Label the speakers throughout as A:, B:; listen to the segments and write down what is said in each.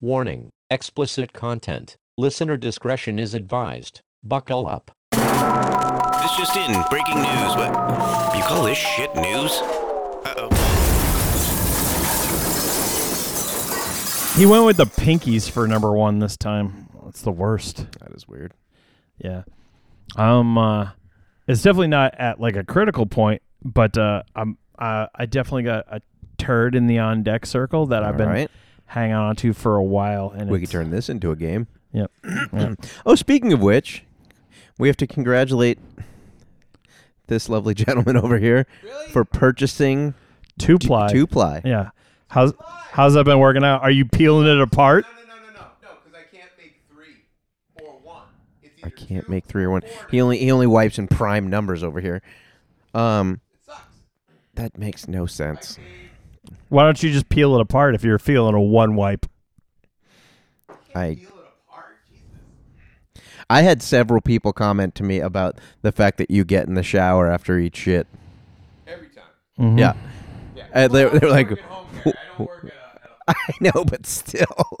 A: Warning explicit content. Listener discretion is advised. Buckle up.
B: This just in, breaking news. What? You call this shit news?
C: He went with the pinkies for number one this time. It's the worst.
D: That is weird.
C: Yeah. Um. Uh, it's definitely not at like a critical point, but uh, I'm. Uh, I definitely got a turd in the on deck circle that I've
D: All
C: been
D: right.
C: hanging on to for a while. And
D: We
C: it's-
D: could turn this into a game.
C: Yep. Yep.
D: Oh, speaking of which, we have to congratulate this lovely gentleman over here for purchasing
C: Two ply.
D: two ply.
C: Yeah. How's how's that been working out? Are you peeling it apart?
E: No, no, no, no, no, because I can't make three or one. It's
D: I
E: either
D: can't
E: two
D: make three or one.
E: four
D: He only he only wipes in prime numbers over here. Um,
E: It sucks.
D: that makes no sense.
C: Why don't you just peel it apart if you're feeling a one wipe?
D: I
E: Peel it apart. Jesus.
D: I had several people comment to me about the fact that you get in the shower after each shit.
E: Every time.
C: Mm-hmm.
D: Yeah.
E: Yeah.
D: Uh, they, they were like,
E: I work at home care. I don't work at a. At a
D: I know, but still.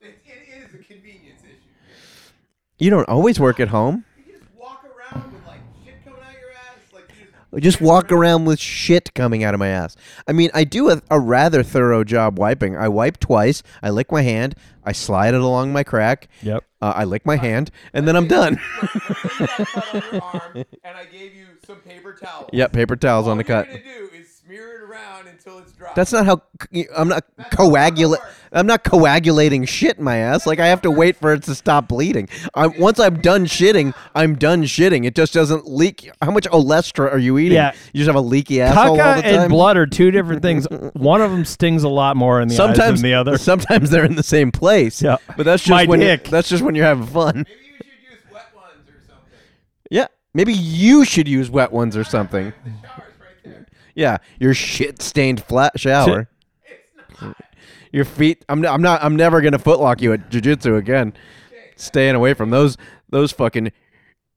E: it, it is a convenience issue.
D: you don't always work at home.
E: You just walk around with like shit coming out your ass. Like you just.
D: I just walk around with shit coming out of my ass. I mean, I do a, a rather thorough job wiping. I wipe twice. I lick my hand. I slide it along my crack.
C: Yep.
D: Uh, I lick my hand, and then I'm done.
E: cut on your arm, and I gave you some paper towels.
D: yep, paper towels
E: All
D: on the
E: you're
D: cut.
E: gonna do is smear it around until it's dry.
D: That's not how c- I'm not
E: how that
D: coagulate.
E: works.
D: I'm not coagulating shit in my ass. Like I have to wait for it to stop bleeding. I, once I'm done shitting, I'm done shitting. It just doesn't leak. How much olestra are you eating?
C: Yeah.
D: You just have a leaky asshole all the
C: Caca
D: time.
C: and blood are two different things. One of them stings a lot more in the eyes
D: sometimes
C: than the other.
D: Sometimes they're in the same place.
C: Yeah.
D: But that's just
C: My
D: when
C: dick.
D: that's just when you're having fun.
E: Maybe you should use wet ones or something.
D: Yeah. Maybe you should use wet ones or something.
E: The shower's right there.
D: Yeah. Your shit stained flat shower.
E: It's not.
D: Your feet. I'm. n- I'm not. I'm never gonna footlock you at jujitsu again. Staying away from those. Those fucking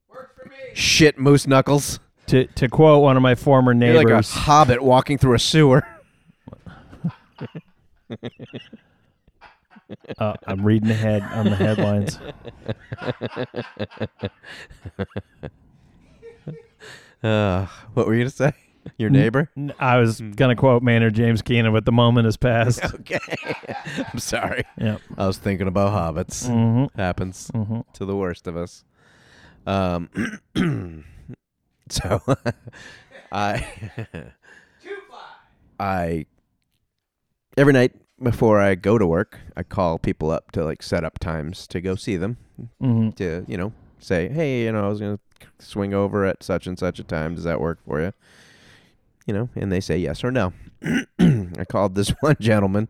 E: Works for me.
D: shit moose knuckles.
C: to to quote one of my former
D: You're like a
C: neighbors,
D: hobbit walking through a sewer.
C: uh, I'm reading ahead on the headlines.
D: Uh, what were you gonna say? Your neighbor.
C: N- I was
D: Hmm.
C: gonna quote Maynard James Keenan, but the moment has passed.
D: Okay. I'm sorry.
C: Yep.
D: I was thinking about hobbits. Happens to the worst of us. Um, so I
E: Two five.
D: I every night before I go to work, I call people up to like set up times to go see them.
C: Mhm.
D: To you know say, hey, you know, I was gonna swing over at such and such a time. Does that work for you? You know, and they say yes or no. I called this one gentleman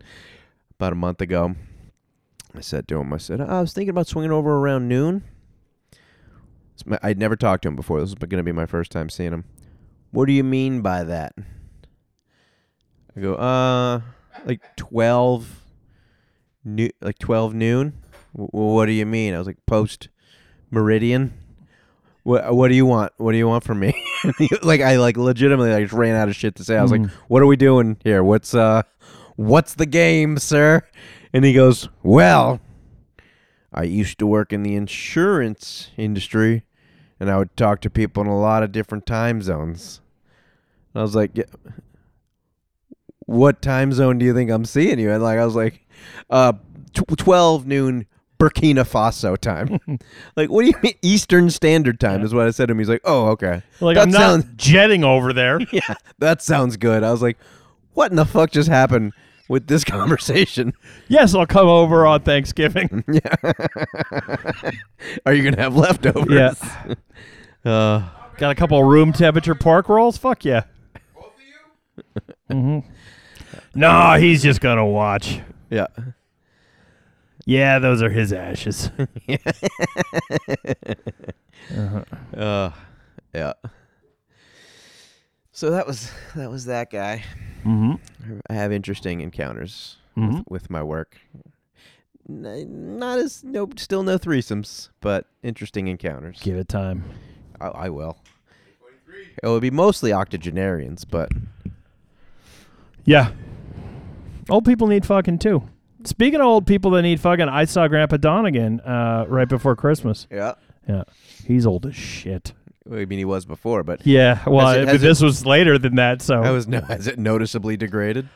D: about a month ago. I said to him, I said, I was thinking about swinging over around noon. It's my- I'd never talked to him before. This is going to be my first time seeing him. What do you mean by that? I go, uh, like 12, new, like 12 noon? W- what do you mean? I was like, post meridian? What, what do you want? What do you want from me? like I like legitimately I just ran out of shit to say. I was like, "What are we doing here? What's uh what's the game, sir?" And he goes, "Well, I used to work in the insurance industry and I would talk to people in a lot of different time zones." And I was like, yeah, "What time zone do you think I'm seeing you?" And like I was like, "Uh tw- 12 noon Burkina Faso time. like, what do you mean Eastern Standard Time is what I said to him. He's like, oh, okay.
C: Like
D: that
C: I'm not
D: sounds,
C: jetting over there.
D: yeah, that sounds good. I was like, what in the fuck just happened with this conversation?
C: yes, I'll come over on Thanksgiving.
D: Are you gonna have leftovers?
C: yeah.
D: Uh,
C: Got a couple room temperature pork rolls. Fuck yeah.
E: Both of you?
C: No, he's just gonna watch.
D: yeah.
C: Yeah, those are his ashes.
D: Uh, yeah. So that was that was that guy.
C: hmm
D: I have interesting encounters
C: Mhm.
D: with, with my work. N- Not as no, still no threesomes, but interesting encounters.
C: Give it time.
D: I, I will. It would be mostly octogenarians, but
C: Yeah. Old people need fucking too. Speaking of old people that need fucking, I saw Grandpa Don again uh, right before Christmas.
D: Yeah.
C: Yeah, he's old as shit.
D: Well, I mean, he was before, but
C: Yeah, well,
D: Has it-
C: I mean,
D: has it-
C: this was later than that, so
D: I was no. Has it noticeably degraded?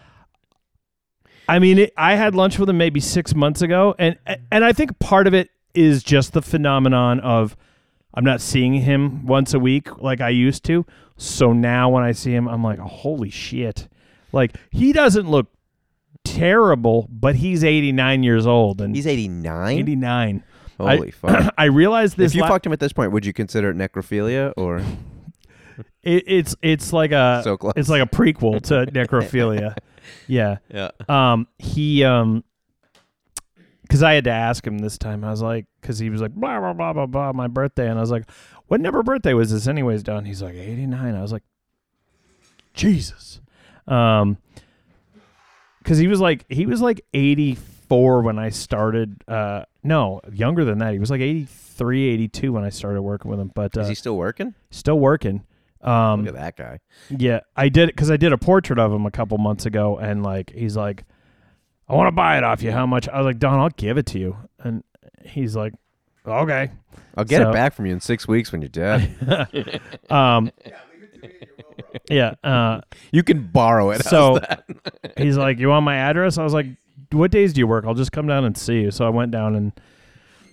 C: I mean, it, I had lunch with him maybe six months ago, and and I think part of it is just the phenomenon of I'm not seeing him once a week like I used to. So now when I see him, I'm like, holy shit! Like he doesn't look terrible, but he's 89 years old and
D: He's eighty nine.
C: 89. I-
D: Holy fuck!
C: I realized this.
D: if you
C: la-
D: fucked him at this point, would you consider it necrophilia or?
C: it, it's it's like a
D: So close.
C: it's like a prequel to necrophilia. Yeah.
D: Yeah.
C: um he um because i had to ask him this time i was like because he was like blah blah blah blah blah my birthday and i was like what number birthday was this anyways don he's like 89 i was like jesus um because he was like he was like 84 when i started uh no younger than that he was like 83 82 when i started working with him but uh,
D: Is he still working?
C: still working um
D: Look at that guy.
C: yeah, I did because I did a portrait of him a couple months ago, and like he's like, "I want to buy it off you. How much?" I was like, "Don, I'll give it to you," and he's like, "Okay."
D: I'll get
C: So-
D: it back from you in six weeks when you're dead.
C: Um, yeah. Uh,
D: you can borrow it.
C: so he's like, "You want my address?" I was like, "What days do you work?" I'll just come down and see you. So I went down and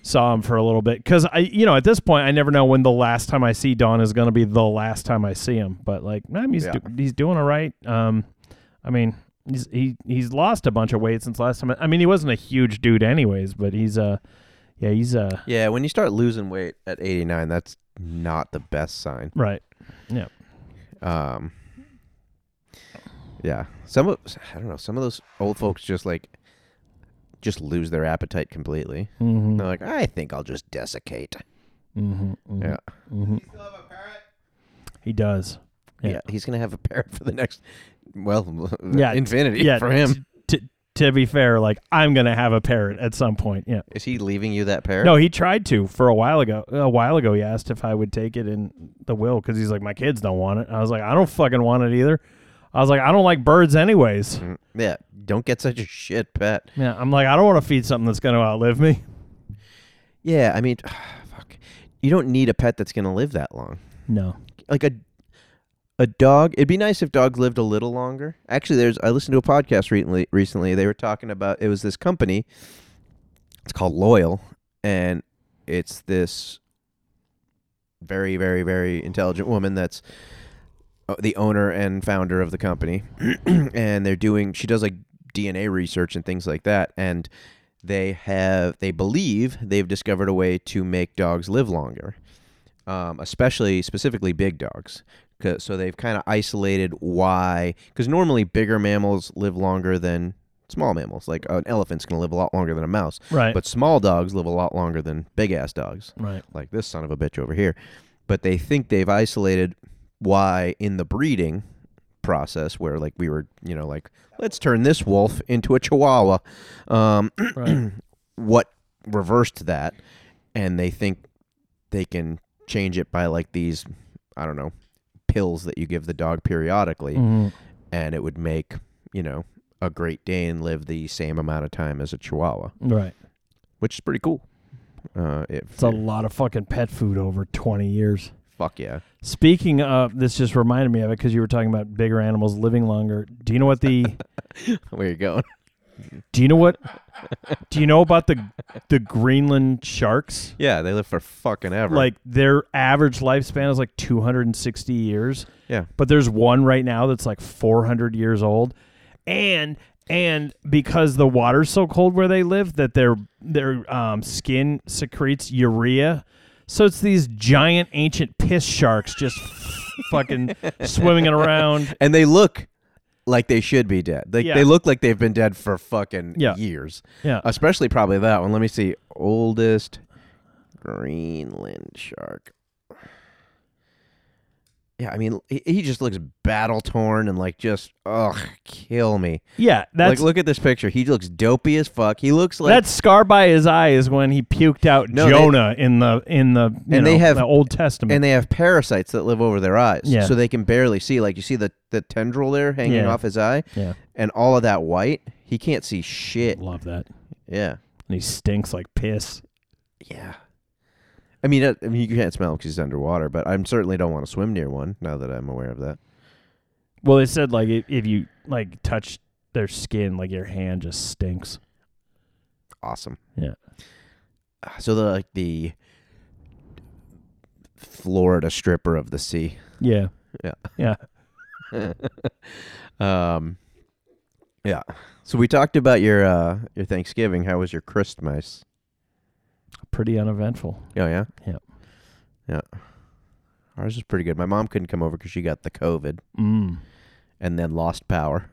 C: saw him for a little bit because I, you know, at this point, I never know when the last time I see Don is going to be the last time I see him. But like, man, he's
D: Yeah.
C: do- he's doing all right. Um, I mean, he's he he's lost a bunch of weight since last time. I, I mean, he wasn't a huge dude anyways, but he's uh, yeah, he's uh,
D: yeah, when you start losing weight at eighty nine, that's not the best sign.
C: right.
D: Um, yeah, some of I don't know. Some of those old folks just like just lose their appetite completely.
C: Mm-hmm.
D: They're like, I think I'll just desiccate.
C: Mm-hmm, hmm
D: Yeah.
C: hmm
E: still have a parrot?
C: He does. Yeah.
D: Yeah. he's gonna have a parrot for the next, well,
C: Yeah,
D: infinity for him.
C: t- t- to be fair, like I'm gonna have a parrot at some point. Yeah.
D: Is he leaving you that parrot?
C: No, he tried to for a while ago. A while ago, he asked if I would take it in the will because he's like, my kids don't want it. I was like, I don't fucking want it either. I was like, I don't like birds anyways.
D: Mm, Yeah, don't get such a shit pet.
C: Yeah, I'm like, I don't want to feed something that's gonna outlive me.
D: Yeah, I mean, fuck. You don't need a pet that's gonna live that long.
C: No.
D: like a a dog. It'd be nice if dogs lived a little longer. Actually, there's I listened to a podcast recently. Recently, they were talking about it was this company. It's called Loyal, and it's this very, very, very intelligent woman that's uh, the owner and founder of the company, and they're doing. She does like DNA research and things like that, and they have they believe they've discovered a way to make dogs live longer um, especially specifically big dogs. 'Cause- So they've kind of isolated why, because normally bigger mammals live longer than small mammals. Like an elephant's going to live a lot longer than a mouse,
C: Right.
D: but small dogs live a lot longer than big ass dogs,
C: right.
D: like this son of a bitch over here. But they think they've isolated why in the breeding process, where like we were, you know, like let's turn this wolf into a chihuahua. Um,
C: Right. Mm-hmm.
D: what reversed that and they think they can change it by like these i don't know pills that you give the dog periodically
C: Mhm.
D: and it would make you know a great dane live the same amount of time as a chihuahua
C: Right.
D: which is pretty cool uh it,
C: It's a lot of fucking pet food over 20 years.
D: fuck yeah
C: Speaking of, this just reminded me of it because you were talking about bigger animals living longer. Do you know what the
D: where you going
C: Do you know what? Do you know about the the Greenland sharks?
D: yeah they live for fucking ever
C: Like their average lifespan is like 260 years,
D: yeah
C: but there's one right now that's like 400 years old, and and because the water's so cold where they live that their their um, skin secretes urea, so it's these giant ancient piss sharks just fucking swimming around.
D: and they look like they should be dead like
C: Yeah.
D: they look like they've been dead for fucking
C: Yeah.
D: years
C: Yeah,
D: Especially probably that one. Let me see. Oldest Greenland shark. Yeah, I mean, he, he just looks battle torn and like just, ugh, kill me.
C: yeah. That's
D: like, look at this picture. He looks dopey as fuck. He looks like.
C: that scar by his eye is when he puked out
D: No, they-
C: Jonah in the in the you
D: And they
C: know,
D: have-
C: the Old Testament.
D: and they have parasites that live over their eyes.
C: Yeah.
D: So they can barely see. Like, you see the, the tendril there hanging
C: Yeah.
D: off his eye?
C: Yeah.
D: And all of that white. He can't see shit.
C: Love that.
D: Yeah.
C: And he stinks like piss.
D: Yeah. I mean, uh, I mean, you can't smell him because he's underwater, but I am certainly don't want to swim near one. Now that I'm aware of that,
C: Well, they said like if if you like touch their skin, like your hand just stinks.
D: awesome.
C: Yeah.
D: Uh, So the like the Florida stripper of the sea.
C: Yeah.
D: Yeah.
C: Yeah.
D: Um, yeah. So we talked about your uh, your Thanksgiving. How was your Christmas?
C: Pretty uneventful.
D: Oh yeah.
C: Yep.
D: Yeah. Ours was pretty good. My mom couldn't come over because she got the COVID
C: Mm.
D: and then lost power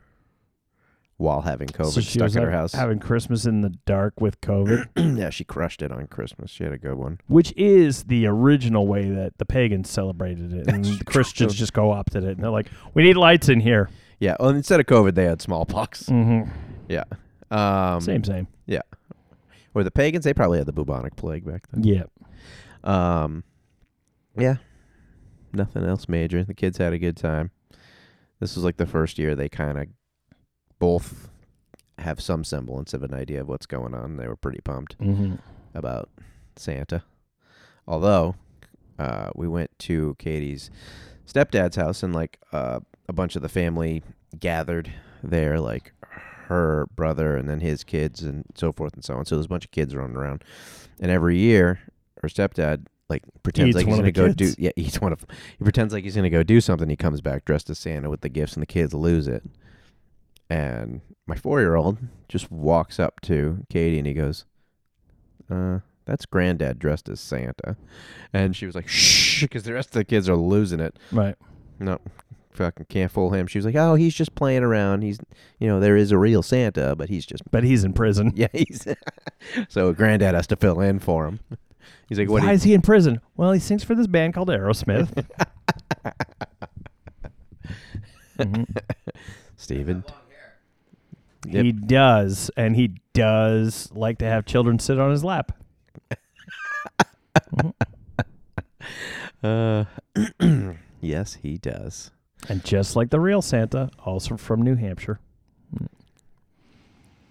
D: while having COVID
C: So she
D: stuck
C: was
D: in her
C: hav-
D: house.
C: having Christmas in the dark with COVID,
D: yeah, she crushed it on Christmas. She had a good one.
C: which is the original way that the pagans celebrated it,
D: That's
C: and Christians
D: true.
C: just co opted it, and they're like, "We need lights in here."
D: Yeah. Well, instead of COVID, they had smallpox.
C: Mm-hmm.
D: Yeah. Um,
C: same, same.
D: Or the pagans, they probably had the bubonic plague back then.
C: Yeah.
D: Um, yeah, nothing else major. The kids had a good time. This was like the first year they kind of both have some semblance of an idea of what's going on. They were pretty pumped
C: Mm-hmm.
D: about Santa. Although, uh, we went to Katie's stepdad's house and like uh, a bunch of the family gathered there, like her brother and then his kids and so forth and so on. So there's a bunch of kids running around, and every year her stepdad like pretends
C: Eats
D: like he's
C: one
D: gonna
C: of
D: go
C: the
D: do
C: kids.
D: yeah each one of 'em. he pretends like he's gonna go do something. He comes back dressed as Santa with the gifts, and the kids lose it. And my four year old just walks up to Katie and he goes, uh, that's granddad dressed as Santa. And she was like, shh, because the rest of the kids are losing it.
C: Right.
D: No, fucking can't fool him. She was like, oh, he's just playing around. He's, you know, there is a real Santa, but he's just,
C: But he's in prison.
D: yeah, he's. so granddad has to fill in for him. He's like, what? do
C: Why
D: you-
C: is he in prison? Well, he sings for this band called Aerosmith. Mhm.
D: Steven. Yep.
C: He does, and he does like to have children sit on his lap.
D: Uh, yes, he does.
C: And just like the real Santa, also from New Hampshire.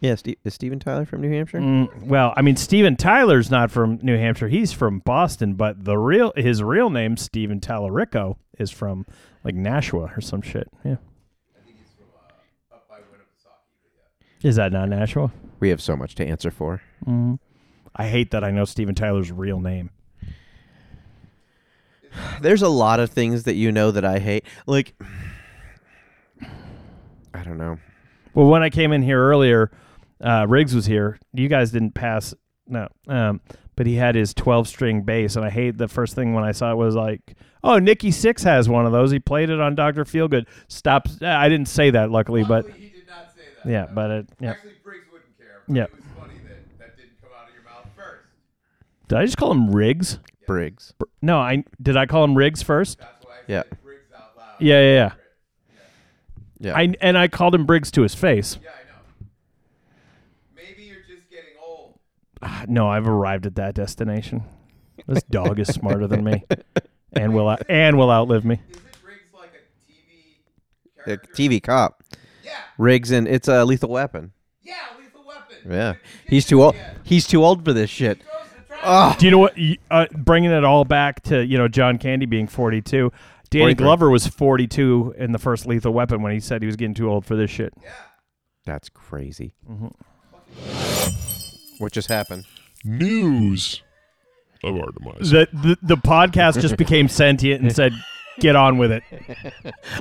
D: Yeah, Ste- is Steven Tyler from New Hampshire?
C: Mm, well, I mean, Steven Tyler's not from New Hampshire; he's from Boston. But the real his real name, Steven Talarico, is from like Nashua or some shit. Yeah. Is that not Nashua?
D: We have so much to answer for.
C: Mm. I hate that I know Steven Tyler's real name.
D: There's a lot of things that you know that I hate. Like, I don't know.
C: Well, when I came in here earlier, uh, Riggs was here. You guys didn't pass, no. Um, but he had his 12 string bass, and I hate the first thing when I saw it was like, oh, Nikki Six has one of those. He played it on Doctor Feelgood. Stop. I didn't say that, luckily, but
E: Luckily, he did not say that.
C: Oh, yeah,
E: though.
C: but it, yeah.
E: Actually, Briggs wouldn't care.
C: Yeah.
E: It was funny that that didn't come out of your mouth first.
C: Did I just call him Riggs?
D: Briggs.
C: Br- No, I did. I call him Riggs first.
E: That's why I
D: Yeah.
E: said Briggs out loud.
C: Yeah, yeah, yeah.
D: Yeah.
C: I and I called him Briggs to his face.
E: Yeah, I know. Maybe you're just getting old.
C: Ah, No, I've arrived at that destination. This dog is smarter than me, and will out- and will outlive me.
E: Isn't Briggs like a TV
D: A
E: character?
D: TV cop.
E: Yeah,
D: Riggs and it's a lethal weapon.
E: yeah, lethal weapon.
D: Yeah.
E: Look at the
D: He's
E: kid
D: too old.
E: he had.
D: He's too old for this shit.
E: Throws the trash.
D: Ugh.
C: Do you know what? you- Uh, bringing it all back to you know John Candy being 42. Danny
D: 43.
C: Glover was 42 in the first Lethal Weapon when he said he was getting too old for this shit.
E: Yeah.
D: That's crazy.
C: Mm-hmm.
D: What just happened?
F: News of Artemis.
C: The the, the podcast just became sentient and said, "Get on with it."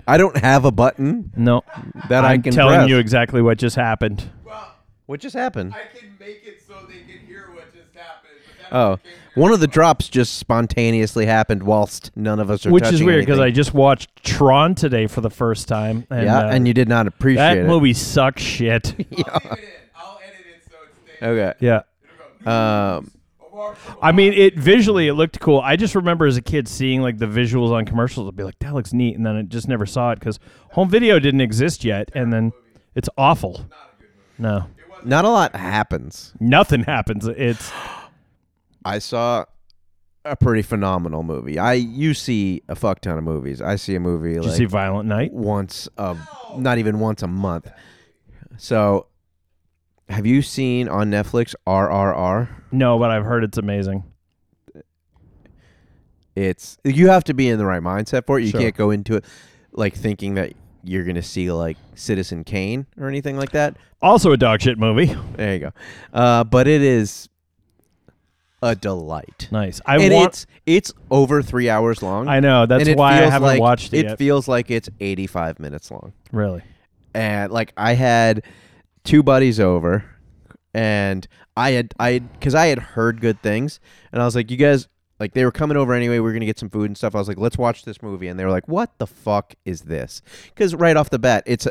D: I don't have a button
C: No,
D: that I
C: I'm
D: can
C: telling
D: press.
C: you exactly what just happened.
E: Well,
D: What just happened?
E: I can make it so they can hear what just happened. But that
D: Oh,
E: doesn't change your
D: one of the drops just spontaneously happened whilst none of us are
C: Which is
D: touching
C: weird because I
D: anything.
C: just watched Tron today for the first time. And,
D: yeah,
C: uh,
D: and you did not appreciate
C: that
D: it.
C: movie sucks shit.
E: I'll leave it in. I'll edit it so it stays.
D: Okay.
C: yeah.
D: Um,
C: I mean, it visually it looked cool. I just remember as a kid seeing like the visuals on commercials. I'd be like, "That looks neat," and then I just never saw it because home video didn't exist yet. And then it's awful. No,
D: not a lot happens.
C: nothing happens. It's
D: I saw a pretty phenomenal movie. I you see a fuck ton of movies. I see a movie
C: did
D: like
C: you see Violent Night?
D: once a not even once a month. So Have you seen on Netflix RRR?
C: No, but I've heard it's amazing.
D: It's you have to be in the right mindset for it. You
C: Sure.
D: can't go into it like thinking that you're gonna see like Citizen Kane or anything like that.
C: Also a dog shit movie.
D: There you go. Uh, but it is a delight.
C: Nice. I
D: and
C: want.
D: it's it's over three hours long.
C: I know. That's
D: and it
C: why I
D: feels
C: haven't
D: like-
C: watched it,
D: It
C: yet.
D: feels like it's 85 minutes long.
C: really.
D: and like I had two buddies over, and I had I because I had heard good things, and I was like, you guys like they were coming over anyway. We were gonna get some food and stuff. I was like, let's watch this movie, and they were like, what the fuck is this? Because right off the bat, it's a,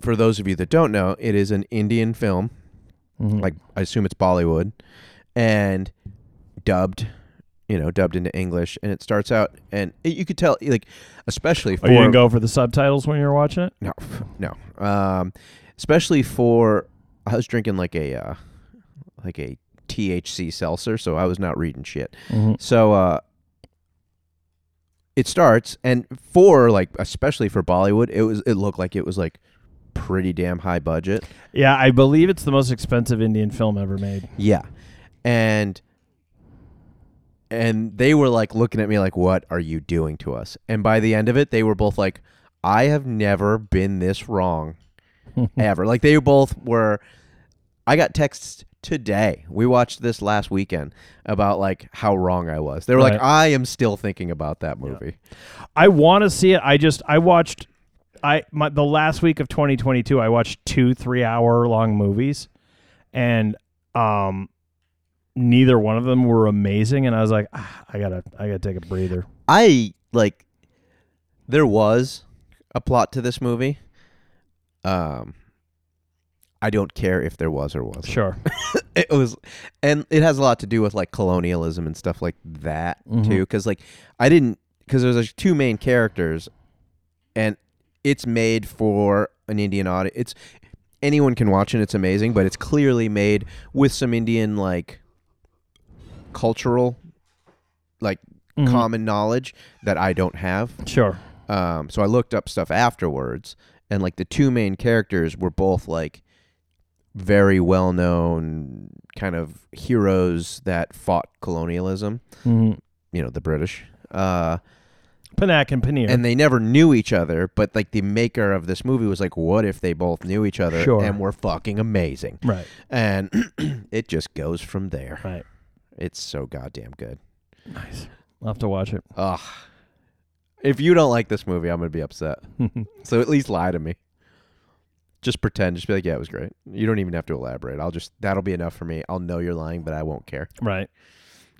D: for those of you that don't know, it is an Indian film.
C: Mhm.
D: Like I assume it's Bollywood, and dubbed. You know, dubbed into English, and it starts out, and it, you could tell, like, especially for
C: oh, you didn't go for the subtitles when you were watching it.
D: no, no. Um, especially for I was drinking like a uh, like a THC seltzer, so I was not reading shit.
C: Mhm.
D: So uh, it starts, and for like especially for Bollywood, it was it looked like it was like pretty damn high budget.
C: Yeah, I believe it's the most expensive Indian film ever made.
D: Yeah, and and they were like looking at me like, "What are you doing to us?" And by the end of it, they were both like, "I have never been this wrong ever." Like they both were. I got texts today. We watched this last weekend about like how wrong I was. They were like,
C: Right.
D: "I am still thinking about that movie."
C: I want to see it. I just I watched I my the last week of 2022 I watched two 3-hour long movies and um neither one of them were amazing and I was like ah, I got to I got to take a breather.
D: I like there was a plot to this movie. Um I don't care if there was or wasn't.
C: Sure.
D: it was and it has a lot to do with like colonialism and stuff like that too because like i didn't because there's like two main characters and it's made for an indian audience it's anyone can watch it it's amazing but it's clearly made with some indian like cultural like common knowledge that i don't have
C: Sure.
D: um, so I looked up stuff afterwards, and like the two main characters were both like very well known kind of heroes that fought colonialism,
C: Mhm.
D: you know, the British. Uh,
C: Panak and Paneer.
D: and they never knew each other, but like the maker of this movie was like, what if they both knew each other
C: Sure.
D: and were fucking amazing?
C: right.
D: And it just goes from there.
C: Right.
D: It's so goddamn good.
C: Nice. I'll have to watch it.
D: Ugh. If you don't like this movie, I'm gonna be upset. so at least lie to me. Just pretend. Just be like, yeah, it was great. You don't even have to elaborate. I'll just that'll be enough for me. I'll know you're lying, but I won't care.
C: Right.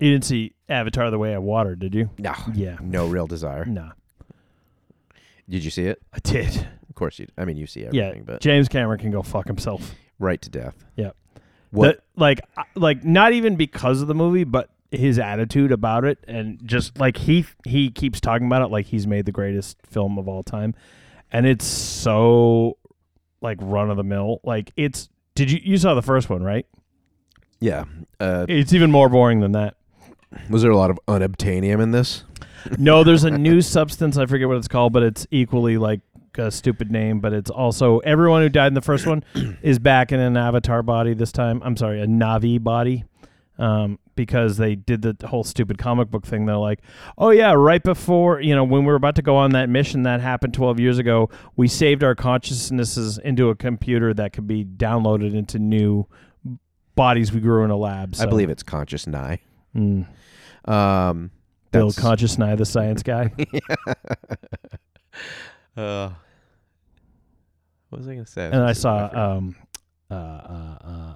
C: You didn't see Avatar the Way of Water, did you?
D: No.
C: Yeah.
D: No real desire.
C: Nah.
D: Did you see it?
C: I did.
D: Of course you. I mean, you see
C: Yeah.
D: everything, but
C: James Cameron can go fuck himself.
D: right to death.
C: Yep.
D: What?
C: That- like I- like not even because of the movie, but his attitude about it and just like he he keeps talking about it like he's made the greatest film of all time. And it's so like run of the mill. Like it's did you you saw the first one, right?
D: yeah. Uh,
C: It's even more boring than that.
D: was there a lot of unobtainium in this?
C: No, there's a new substance, I forget what it's called, but it's equally like a stupid name, but it's also everyone who died in the first one is back in an avatar body this time. I'm sorry, a Navi body. um, because they did the whole stupid comic book thing. They're like, oh, yeah, right before, you know, when we were about to go on that mission that happened 12 years ago, we saved our consciousnesses into a computer that could be downloaded into new bodies we grew in a lab. So,
D: I believe it's conscious nigh.
C: Mm,
D: Um,
C: Bill
D: that's-
C: Conscious Nye, the science guy.
D: Uh, what was I gonna say?
C: and
D: was gonna
C: I
D: say
C: saw
D: forgot.
C: um, uh, uh, uh,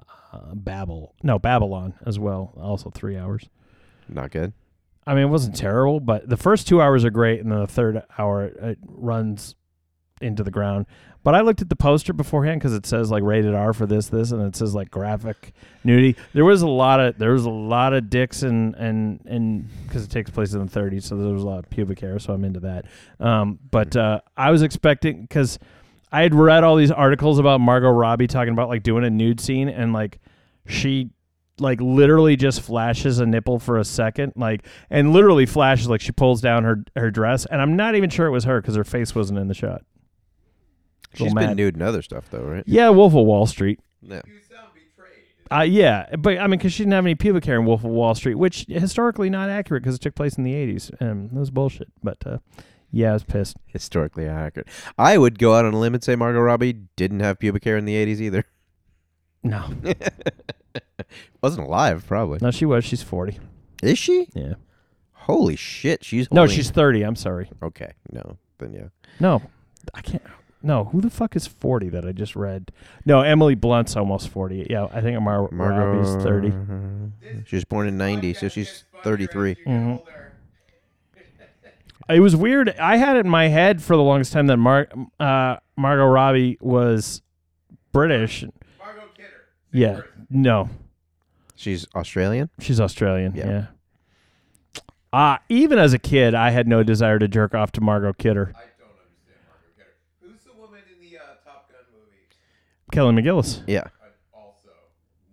C: uh, Babel, no Babylon as well, also three hours.
D: Not good.
C: I mean, it wasn't terrible, but the first two hours are great, and then the third hour it runs into the ground. But I looked at the poster beforehand because it says like rated R for this, this, and it says like graphic nudity. There was a lot of there was a lot of dicks and and and because it takes place in the 30s, so there was a lot of pubic hair. So I'm into that. Um, but uh, I was expecting because I had read all these articles about Margot Robbie talking about like doing a nude scene and like she like literally just flashes a nipple for a second like and literally flashes like she pulls down her her dress and i'm not even sure it was her because her face wasn't in the shot
D: She's
C: mad.
D: been nude and other stuff though, right?
C: yeah wolf of wall street
D: Yeah.
E: You sound betrayed.
C: Uh, yeah, but I mean, because she didn't have any pubic hair in Wolf of Wall Street, which historically not accurate because it took place in the '80s, and that was bullshit. But uh, yeah, I was pissed.
D: Historically accurate. I would go out on a limb and say Margot Robbie didn't have pubic hair in the 80s either.
C: No,
D: Wasn't alive, probably.
C: no, she was. She's 40.
D: Is she?
C: Yeah.
D: Holy shit. She's.
C: No,
D: holding-
C: she's 30. I'm sorry.
D: Okay. No. Then yeah.
C: No, I can't. No, who the fuck is 40 that I just read? No, Emily Blunt's almost 40. Yeah, I think Mar-
D: Margot
C: Robbie's 30.
D: She was born in 90, so she's 33.
C: Mhm. It was weird. I had it in my head for the longest time that Mar- uh, Margot Robbie was British.
E: Margot Kidder.
C: Yeah. No,
D: She's Australian.
C: she's Australian.
D: Yeah.
C: Yeah. Ah, even as a kid, I had no desire to jerk off to Margot Kidder.
E: I don't understand Margot Kidder. Who's the woman in the uh, Top Gun movie?
C: Kelly McGillis.
D: Yeah.
E: Uh, also,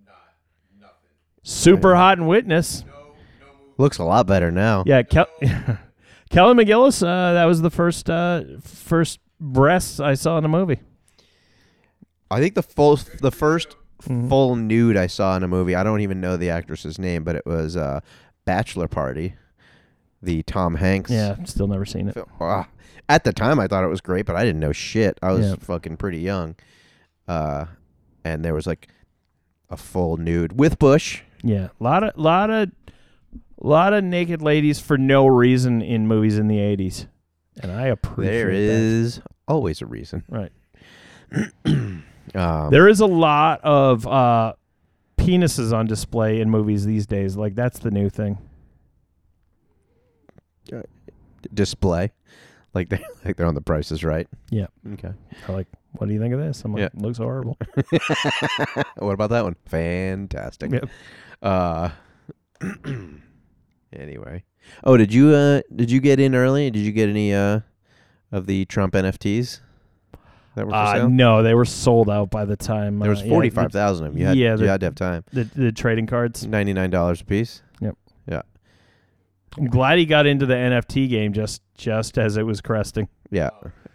E: not nothing.
C: Super hot and witness.
E: No, no movie.
D: Looks a lot better now.
C: Yeah, Kel- Kelly McGillis. Uh, that was the first uh, first breasts I saw in a movie.
D: I think the full the 1st
C: Mm-hmm.
D: full nude I saw in a movie. I don't even know the actress's name, but it was uh, Bachelor Party, the Tom Hanks.
C: Yeah, still never seen it.
D: film. Ah, At the time, I thought it was great, but I didn't know shit. I was
C: Yeah.
D: fucking pretty young, uh, and there was like a full nude with Bush.
C: Yeah, lot of lot of lot of naked ladies for no reason in movies in the eighties, and I appreciate
D: There is always a reason.
C: that. right.
D: Um,
C: There is a lot of uh, penises on display in movies these days. Like that's the new thing.
D: display, like they like they're on the prices right.
C: Yeah.
D: Okay.
C: They're like, what do you think of this? I'm like,
D: Yeah.
C: looks horrible.
D: What about that one? Fantastic.
C: Yep.
D: Uh, anyway. Oh, did you uh did you get in early? Did you get any uh of the Trump NFTs that were for
C: Uh,
D: sale?
C: no, they were sold out by the time
D: There was
C: uh, yeah,
D: forty five thousand of them. You had,
C: yeah,
D: you
C: the-
D: had to have time.
C: the, the, the trading cards.
D: Ninety nine dollars a piece.
C: I'm glad he got into the NFT game just just as it was cresting.
D: Yeah,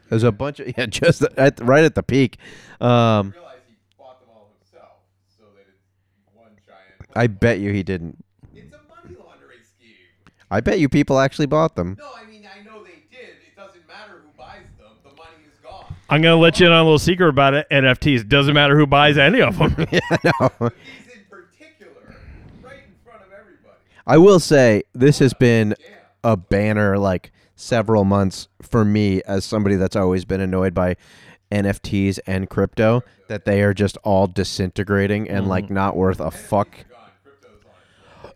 D: there's a bunch of yeah, just at right at the peak. Um,
E: realize he bought them all himself, so that it's one giant.
D: I bet you he didn't.
E: It's a money laundering scheme.
D: I bet you people actually bought them.
E: No, I mean I know they did. It doesn't matter who buys them. The money is gone.
C: I'm gonna let you in on a little secret about it. NFTs doesn't matter who buys any of them.
D: no.
E: These in particular, right in front of everybody.
D: I will say this has been a banner like several months for me as somebody that's always been annoyed by NFTs and crypto that they are just all disintegrating and
C: Mm-hmm.
D: like not worth a fuck.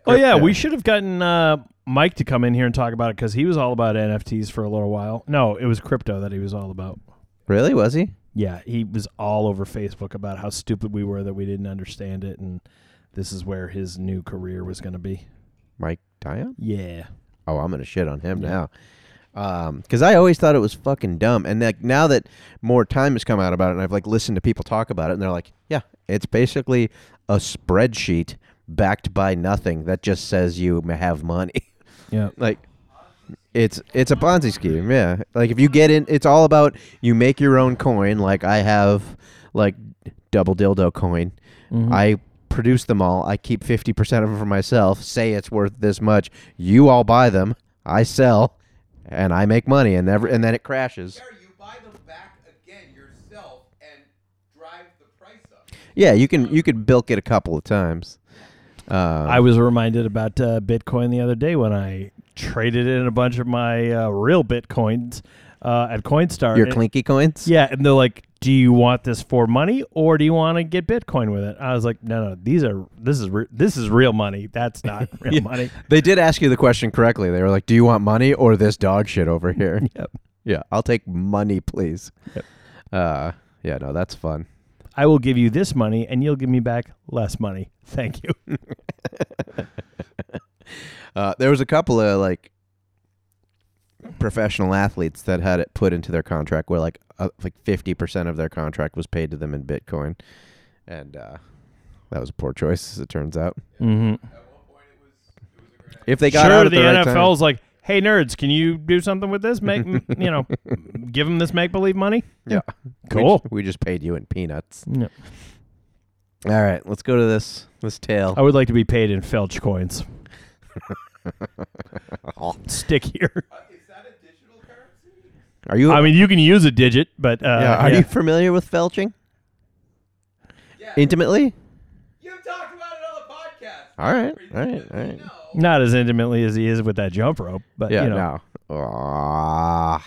C: oh yeah, we should have gotten uh, Mike to come in here and talk about it because he was all about NFTs for a little while. No, it was crypto that he was all about.
D: Really? Was he?
C: Yeah, he was all over Facebook about how stupid we were that we didn't understand it, and this is where his new career was gonna be.
D: Mike Dion?
C: Yeah.
D: Oh, I'm gonna shit on him now. Um, because I always thought it was fucking dumb, and like now that more time has come out about it, and I've like listened to people talk about it, and they're like, yeah, it's basically a spreadsheet backed by nothing that just says you have money.
C: Yeah.
D: like it's it's a ponzi scheme yeah like if you get in it's all about you make your own coin like i have like double dildo coin i produce them all i keep 50% of them for myself say it's worth this much you all buy them i sell and i make money and every, and then it crashes
E: There, you buy them back again yourself and drive the price up.
D: yeah you can you can bilk it a couple of times Um,
C: I was reminded about uh, Bitcoin the other day when I traded in a bunch of my uh, real Bitcoins uh, at Coinstar.
D: your
C: And-
D: clinky coins
C: Yeah, and they're like, "Do you want this for money or do you want to get Bitcoin with it?" I was like, "No, no, these are this is re- this is real money. That's not real money."
D: they did ask you the question correctly they were like do you want money or this dog shit over here
C: Yep.
D: Yeah, I'll take money, please. Uh, yeah, no, that's fun.
C: I will give you this money and you'll give me back less money. Thank you.
D: Uh, there was a couple of like professional athletes that had it put into their contract where like uh, like fifty percent of their contract was paid to them in Bitcoin, and uh, that was a poor choice, as it turns out.
C: mm-hmm.
D: If they got out
C: Sure,
D: at
C: the,
D: the, right time-
C: NFL's like, "Hey, nerds, can you do something with this? Make m- you know, give them this make believe money."
D: yeah,
C: Cool.
D: We, we just paid you in peanuts.
C: Yeah.
D: All right, let's go to this this tale.
C: I would like to be paid in Felch coins. Stick here.
E: Uh, Is that a digital currency?
D: Are you?
C: I mean, you can use a digit, but uh,
D: yeah, are
C: yeah.
D: you familiar with felching? Intimately?
E: You've talked about it on the podcast.
D: All right,
E: Everything
D: all right,
E: that
D: all
E: we
D: right.
E: know.
C: not as intimately as he is with that jump rope, but
D: Yeah,
C: you know,
D: no. Ah,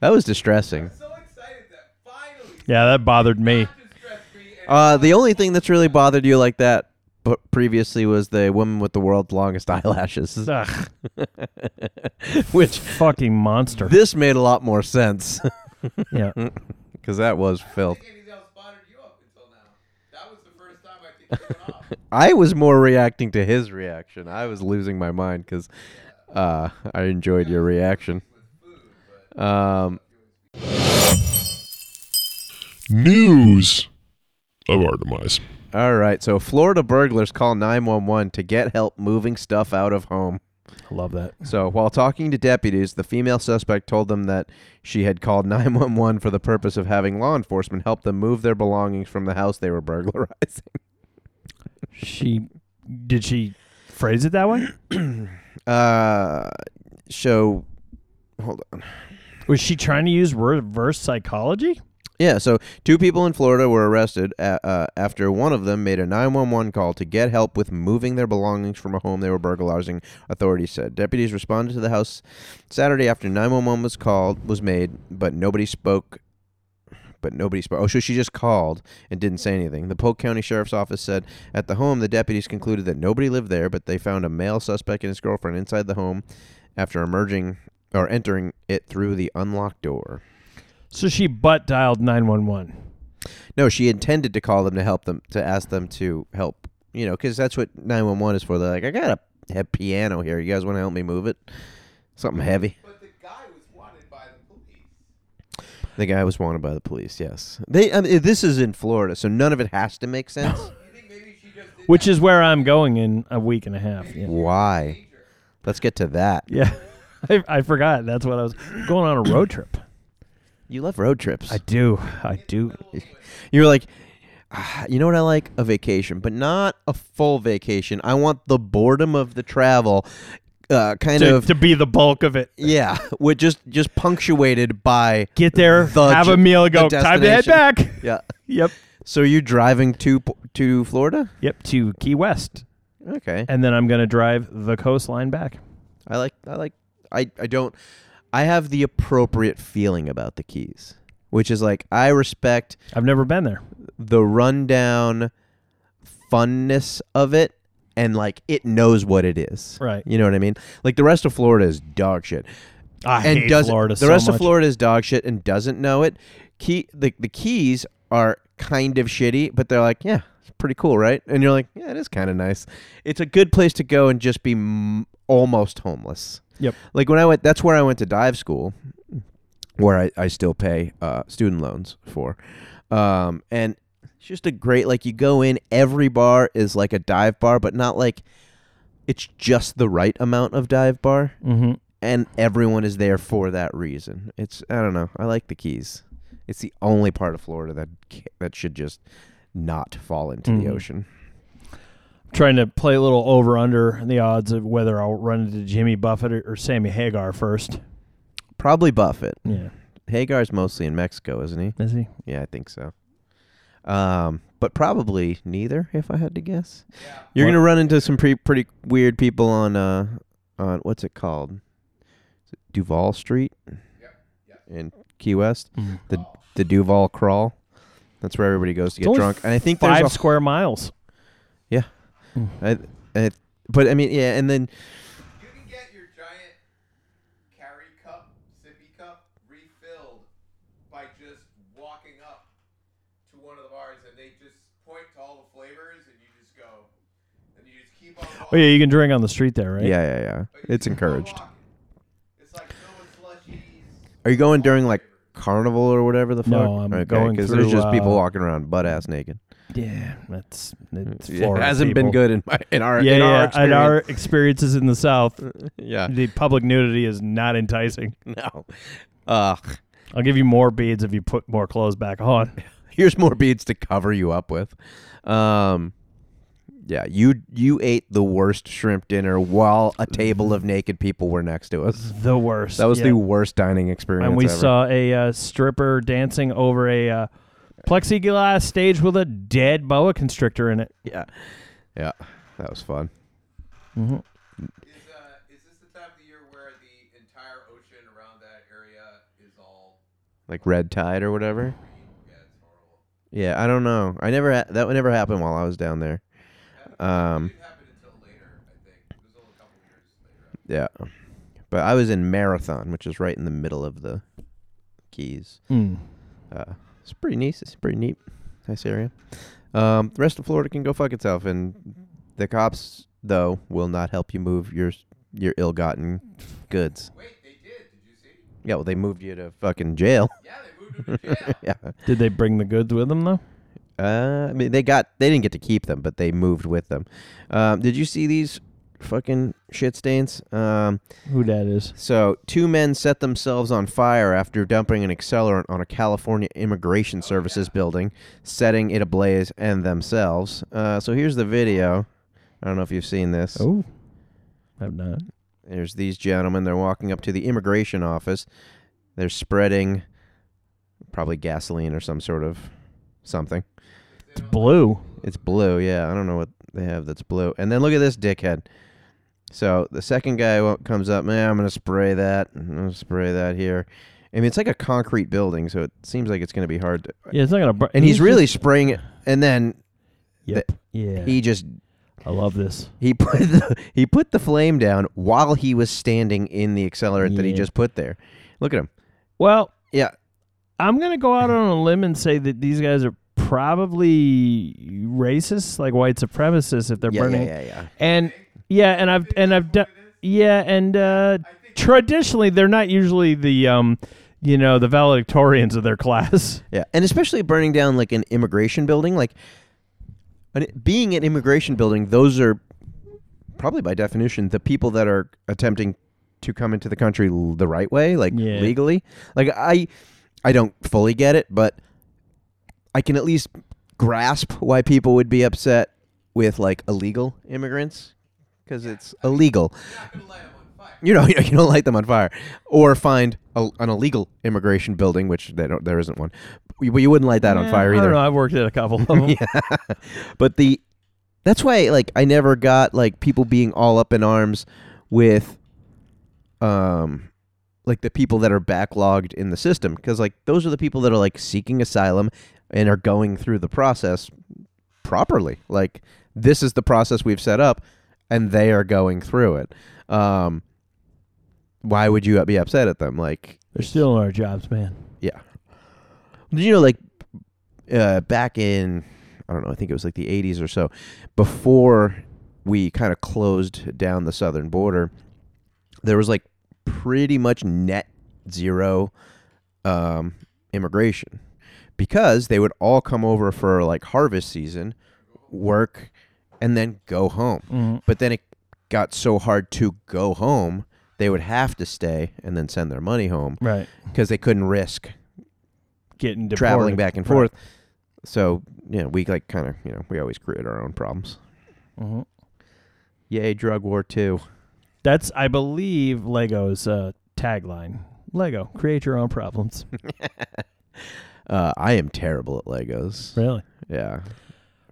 D: that was distressing.
E: So excited that finally
C: yeah, that bothered me.
E: stress free and
D: Uh, the only thing that's really bothered you like that p- previously was the woman with the world's longest eyelashes,
C: Ugh,
D: which
C: fucking monster.
D: this made a lot more sense
C: yeah,
D: because that was filth.
E: anything else bothered you up until now. That was the first time I think you went off.
D: I was more reacting to his reaction. I was losing my mind because uh, I enjoyed your reaction. Um,
F: News of our demise.
D: all right, so Florida burglars call 911 to get help moving stuff out of home.
C: I love that.
D: So while talking to deputies, the female suspect told them that she had called 911 for the purpose of having law enforcement help them move their belongings from the house they were burglarizing.
C: She did she phrase it that way?
D: Uh, so hold on.
C: Was she trying to use reverse psychology?
D: Yeah, so two people in Florida were arrested a uh, after one of them made a 911 call to get help with moving their belongings from a home they were burglarizing, authorities said. Deputies responded to the house Saturday after 911 was called was made, but nobody spoke but nobody spoke. Oh, so she just called and didn't say anything. The Polk County Sheriff's Office said at the home, the deputies concluded that nobody lived there, but they found a male suspect and his girlfriend inside the home after emerging or entering it through the unlocked door.
C: So she butt dialed nine one one.
D: No, she intended to call them to help them to ask them to help. You know, because that's what nine one one is for. They're like, I got a have piano here. You guys want to help me move it? Something heavy.
E: But the guy was wanted by the police.
D: The guy was wanted by the police. Yes, they. I mean, this is in Florida, so none of it has to make sense.
E: You think maybe she just did
C: Which is where I'm going in a week and a half. Yeah.
D: Why? Let's get to that.
C: Yeah. I, I forgot. That's what I was going on a road trip.
D: You love road trips.
C: I do. I do.
D: you were like, "Ah, you know what I like? A vacation, but not a full vacation. I want the boredom of the travel, uh, kind
C: To,
D: of.
C: to be the bulk of it.
D: yeah, with just just punctuated by
C: Get there,
D: The
C: have a
D: ju-
C: meal,
D: the
C: go. Time to head back.
D: destination. Yeah.
C: Yep.
D: So you're driving to P- to Florida?
C: Yep. To Key West.
D: Okay.
C: And then I'm going to drive the coastline back.
D: I like I like I I don't I have the appropriate feeling about the Keys, which is like I respect
C: I've never been there.
D: the rundown funness of it and like it knows what it is.
C: Right.
D: You know what I mean? Like the rest of Florida is dog shit.
C: I
D: and
C: hate
D: doesn't-
C: Florida
D: the
C: so
D: rest
C: much.
D: of Florida is dog shit and doesn't know it. Key the the keys are kind of shitty, but they're like, yeah, it's pretty cool, right? And you're like, yeah, it is kind of nice. It's a good place to go and just be m- almost homeless.
C: Yep.
D: Like when I went, that's where I went to dive school, where I, I still pay uh, student loans for, um, and it's just a great like you go in. Every bar is like a dive bar, but not like it's just the right amount of dive bar
C: hmm
D: and everyone is there for that reason. It's I don't know. I like the Keys. It's the only part of Florida that ca- that should just not fall into the
C: Mhm.
D: ocean.
C: Trying to play a little over under the odds of whether I'll run into Jimmy Buffett or, or Sammy Hagar first.
D: Probably Buffett.
C: Yeah.
D: Hagar's mostly in Mexico, isn't he?
C: Is he?
D: Yeah, I think so. Um, but probably neither, if I had to guess. You're
C: What-
D: gonna run into some pre- pretty weird people on uh on what's it called? Is it Duval Street in Key West.
C: Mhm.
D: The the Duval Crawl. That's where everybody goes
C: It's
D: to get
C: only
D: drunk. And I think there's
C: Five
D: a
C: square miles.
D: I, I, but I mean, yeah, and then
E: You can get your giant carry cup, sippy cup refilled by just walking up to one of the bars and they just point to all the flavors and you just go and you just keep on
C: Oh,
E: walking.
C: yeah. You can drink on the street there, right?
D: yeah, yeah, yeah,
E: but you
D: it's
E: keep on
D: encouraged.
E: walking. It's like no slushies.
D: Are you going during like carnival or whatever the fuck?
C: No, I'm going
D: because
C: through,
D: there's just people
C: uh,
D: walking around butt ass naked.
C: Yeah, that's it's
D: Yeah,
C: Florida.
D: it hasn't been
C: people.
D: good in my in our
C: Yeah,
D: in our
C: yeah.
D: experience.
C: and our experiences in the South,
D: yeah,
C: the public nudity is not enticing.
D: no. Uh,
C: I'll give you more beads if you put more clothes back on.
D: here's more beads to cover you up with. Um, yeah, you you ate the worst shrimp dinner while a table of naked people were next to us.
C: The worst.
D: That was
C: yeah.
D: the worst dining experience.
C: And we
D: ever.
C: saw a uh, stripper dancing over a uh, plexiglass stage with a dead boa constrictor in it.
D: Yeah, yeah, that was fun.
E: Is uh is this the time of the year where the entire ocean around that area is all
D: Like red tide or whatever.
E: yeah, it's horrible.
D: Yeah, I don't know. I never ha- that would never happen while I was down there. Um,
E: It happened until later, I think. It was only a couple years later.
D: yeah, but I was in Marathon, which is right in the middle of the Keys.
C: Hmm.
D: Uh, it's pretty neat. It's pretty neat. Nice area. Um, the rest of Florida can go fuck itself, and the cops though will not help you move your your ill-gotten goods.
E: Wait, they did. Did you see?
D: Yeah, well, they moved you to fucking jail.
E: Yeah, they moved him to jail.
D: yeah.
C: Did they bring the goods with them though?
D: Uh, I mean, they got they didn't get to keep them, but they moved with them. Um, did you see these fucking shit stains? Um,
C: Who that is?
D: so two men set themselves on fire after dumping an accelerant on a California Immigration Services building, setting it ablaze and themselves. Uh, so here's the video. I don't know if you've seen this.
C: Oh, I've not.
D: There's these gentlemen. They're walking up to the immigration office. They're spreading probably gasoline or some sort of something.
C: It's blue.
D: It's blue, yeah. I don't know what they have that's blue. And then look at this dickhead. So the second guy wa- comes up, man, I'm gonna spray that. I'm gonna spray that here. I mean, it's like a concrete building, so it seems like it's gonna be hard to.
C: Yeah, it's not gonna. Br-
D: And he's really
C: just-
D: spraying it, and then
C: Yep. yeah.
D: he just
C: I love this.
D: he put the, he put the flame down while he was standing in the accelerant that he
C: Yeah.
D: just put there. Look at him.
C: Well,
D: Yeah,
C: I'm gonna go out on a limb and say that these guys are probably racist, like white supremacists, if they're
D: yeah, yeah,
C: burning.
D: yeah, yeah.
C: And yeah, and I've and I've done. Yeah, and uh, traditionally they're not usually the um, you know, the valedictorians of their class.
D: Yeah, and especially burning down like an immigration building, like an, being an immigration building, those are probably by definition the people that are attempting to come into the country l- the right way, like
C: Yeah.
D: legally. Like I, I don't fully get it, but I can at least grasp why people would be upset with like illegal immigrants because it's illegal. You know, you know, you don't light them on fire, or find a, an illegal immigration building, which they don't, there isn't one. But you, but you wouldn't light that on
C: Eh,
D: fire
C: I don't
D: either.
C: know. I've worked at a couple of them.
D: But the that's why like I never got like people being all up in arms with um like the people that are backlogged in the system because like those are the people that are like seeking asylum and are going through the process properly. Like this is the process we've set up and they are going through it. Um why would you be upset at them? Like
C: They're stealing our jobs, man.
D: yeah. Did you know, like, uh, back in, I don't know, I think it was like the 80s or so, before we kind of closed down the southern border, there was like pretty much net zero um, immigration because they would all come over for like harvest season, work, and then go home. But then it got so hard to go home, they would have to stay and then send their money home
C: Right.
D: because they couldn't risk
C: Getting deported.
D: traveling back and
C: Right.
D: forth. So you know, we like kind of you know we always create our own problems.
C: Mhm.
D: Yay, drug war too.
C: That's, I believe, Lego's uh, tagline. Lego, create your own problems.
D: Uh, I am terrible at Legos.
C: really?
D: Yeah,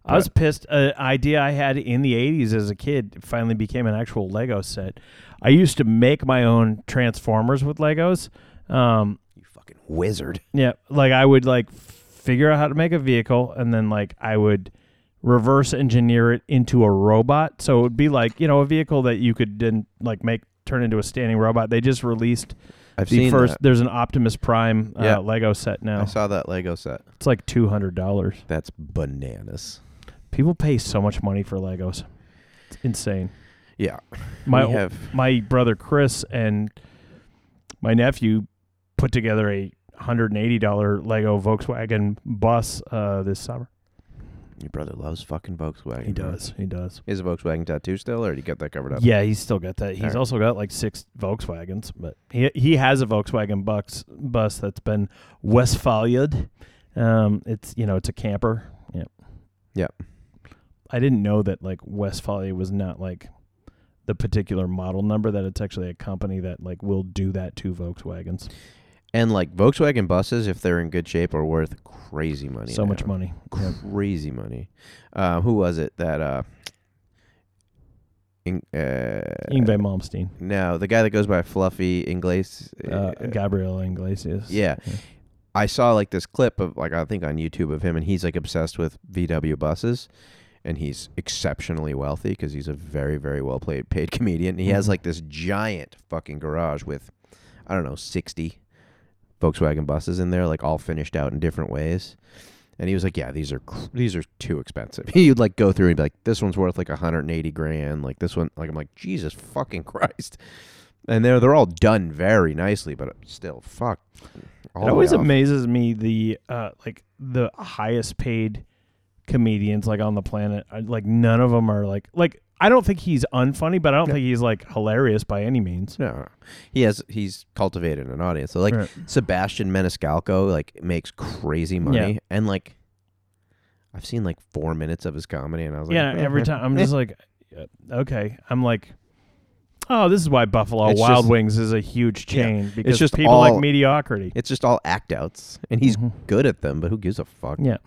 C: I was pissed. An idea I had in the 80s as a kid finally became an actual Lego set. I used to make my own Transformers with Legos. Um,
D: you fucking wizard.
C: Yeah, like I would like figure out how to make a vehicle, and then like I would reverse engineer it into a robot. So it would be like you know a vehicle that you could then like make turn into a standing robot. They just released
D: I've
C: the
D: seen
C: first.
D: that.
C: There's an Optimus Prime uh,
D: Yeah.
C: Lego set
D: I
C: now.
D: saw that Lego set.
C: It's like two hundred dollars.
D: That's bananas.
C: People pay so much money for Legos. It's insane.
D: Yeah,
C: My
D: we have
C: my brother Chris and my nephew put together a hundred and eighty dollar Lego Volkswagen bus uh, this summer.
D: your brother loves fucking Volkswagen.
C: He does. He does.
D: Is a Volkswagen tattoo still, or did he get that covered up?
C: Yeah, he's still got that. He's
D: Alright.
C: also got like six Volkswagens, but he he has a Volkswagen bus bus that's been Westphalia'd. Um, it's you know it's a camper. Yep.
D: Yep.
C: I didn't know that like Westfalia was not like the particular model number that it's actually a company that like will do that to Volkswagens.
D: And like Volkswagen buses, if they're in good shape, are worth crazy money.
C: so much
D: now.
C: money. Yeah.
D: Crazy money. Uh, who was it that? Uh, in, uh,
C: Ingve Malmsteen,
D: no, the guy that goes by Fluffy Inglace.
C: uh, Gabriel Iglesias.
D: yeah.
C: Yeah.
D: I saw like this clip of like I think on YouTube of him, and he's like obsessed with VW buses, and he's exceptionally wealthy because he's a very very well paid paid comedian. He
C: Mm-hmm.
D: has like this giant fucking garage with, I don't know, sixty Volkswagen buses in there, like all finished out in different ways. And he was like, "Yeah, these are cr- these are too expensive." He would like go through and be like, "This one's worth like 180 grand." Like this one, like I'm like, "Jesus fucking Christ!" And they're they're all done very nicely, but uh, still, fuck. all
C: It
D: the
C: always
D: way off.
C: amazes me the uh, like the highest paid comedians like on the planet. I, like none of them are like like I don't think he's unfunny, but I don't think he's like hilarious by any means.
D: No, he has he's cultivated an audience. So like
C: Right.
D: Sebastian Maniscalco, like makes crazy money,
C: Yeah.
D: and like I've seen like four minutes of his comedy, and I was like,
C: yeah,
D: "Eh,
C: every
D: eh,
C: time I'm
D: eh."
C: just like, yeah, okay, I'm like, oh, this is why Buffalo
D: It's
C: Wild
D: just-
C: Wings is a huge chain because
D: just
C: people
D: all-
C: like mediocrity.
D: it's just all act outs, and he's
C: Mhm.
D: good at them, but who gives a fuck?
C: yeah,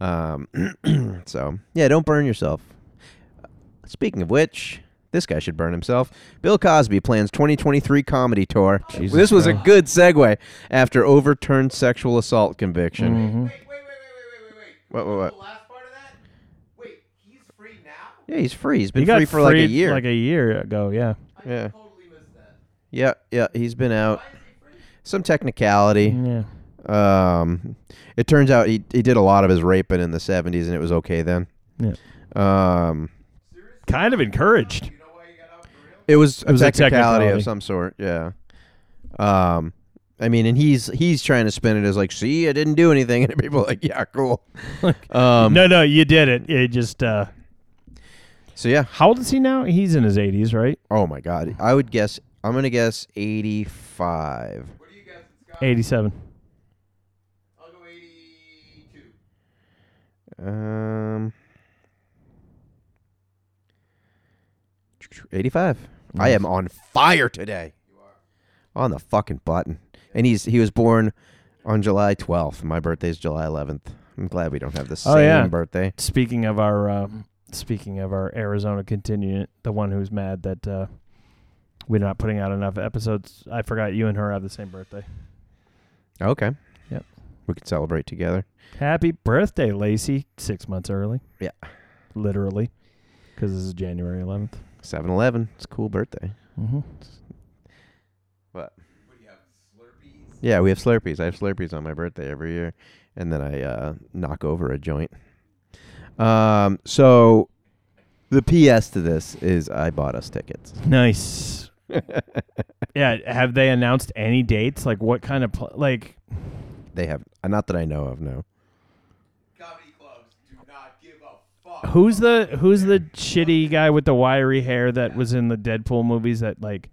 D: Um, so yeah, don't burn yourself. Speaking of which, this guy should burn himself. Bill Cosby plans 2023 comedy tour.
C: Jesus
D: this was a
C: Christ.
D: good segue after overturned sexual assault conviction.
C: Mhm.
E: Wait, wait, wait, wait, wait, wait, wait, wait.
D: What, what, what?
E: The last part of that? Wait, he's free now?
D: Yeah, he's free. He's been
C: he got
D: free for like a
C: freed
D: year.
C: like a year ago. Yeah,
E: I
D: Yeah.
E: totally missed that.
D: Yeah, yeah, he's been out.
E: Why is he free?
D: Some technicality.
C: yeah.
D: Um, it turns out he, he did a lot of his raping in the '70s, and it was okay then.
C: Yeah.
D: Um,
C: Kind of encouraged.
E: You know why he got out for real?
D: it was a
C: was a
D: technicality
C: technicality.
D: of some sort. Yeah. Um, I mean, and he's he's trying to spin it as like, see, I didn't do anything, and people are like, yeah, cool. Um,
C: no, no, you did it. It just. Uh,
D: so yeah.
C: how old is he now? He's in his 80s, right?
D: Oh my God, I would guess. I'm gonna guess 85.
E: What do you guys think, Scott?
C: 87.
E: I'll go 82.
D: Um, 85. I am on fire today. On the fucking button. And he's he was born on July 12th. My birthday's July 11th. I'm glad we don't have the same
C: Oh, yeah.
D: birthday.
C: Speaking of our, um, speaking of our Arizona contingent, the one who's mad that uh, we're not putting out enough episodes. I forgot you and her have the same birthday.
D: Okay.
C: Yep.
D: We could celebrate together.
C: Happy birthday, Lacey. Six months early.
D: Yeah.
C: Literally, because this is January 11th.
D: 7-Eleven. It's a cool birthday.
C: Mm-hmm.
D: But
E: What do you have? Slurpees?
D: yeah, we have Slurpees. I have Slurpees on my birthday every year, and then I uh, knock over a joint. Um, so the PS to this is I bought us tickets.
C: Nice. yeah. Have they announced any dates? Like, what kind of pl- like?
D: They have uh, not that I know of. No,
E: Comedy clubs do not give a fuck.
C: Who's the Who's the shitty guy with the wiry hair that was in the Deadpool movies? That like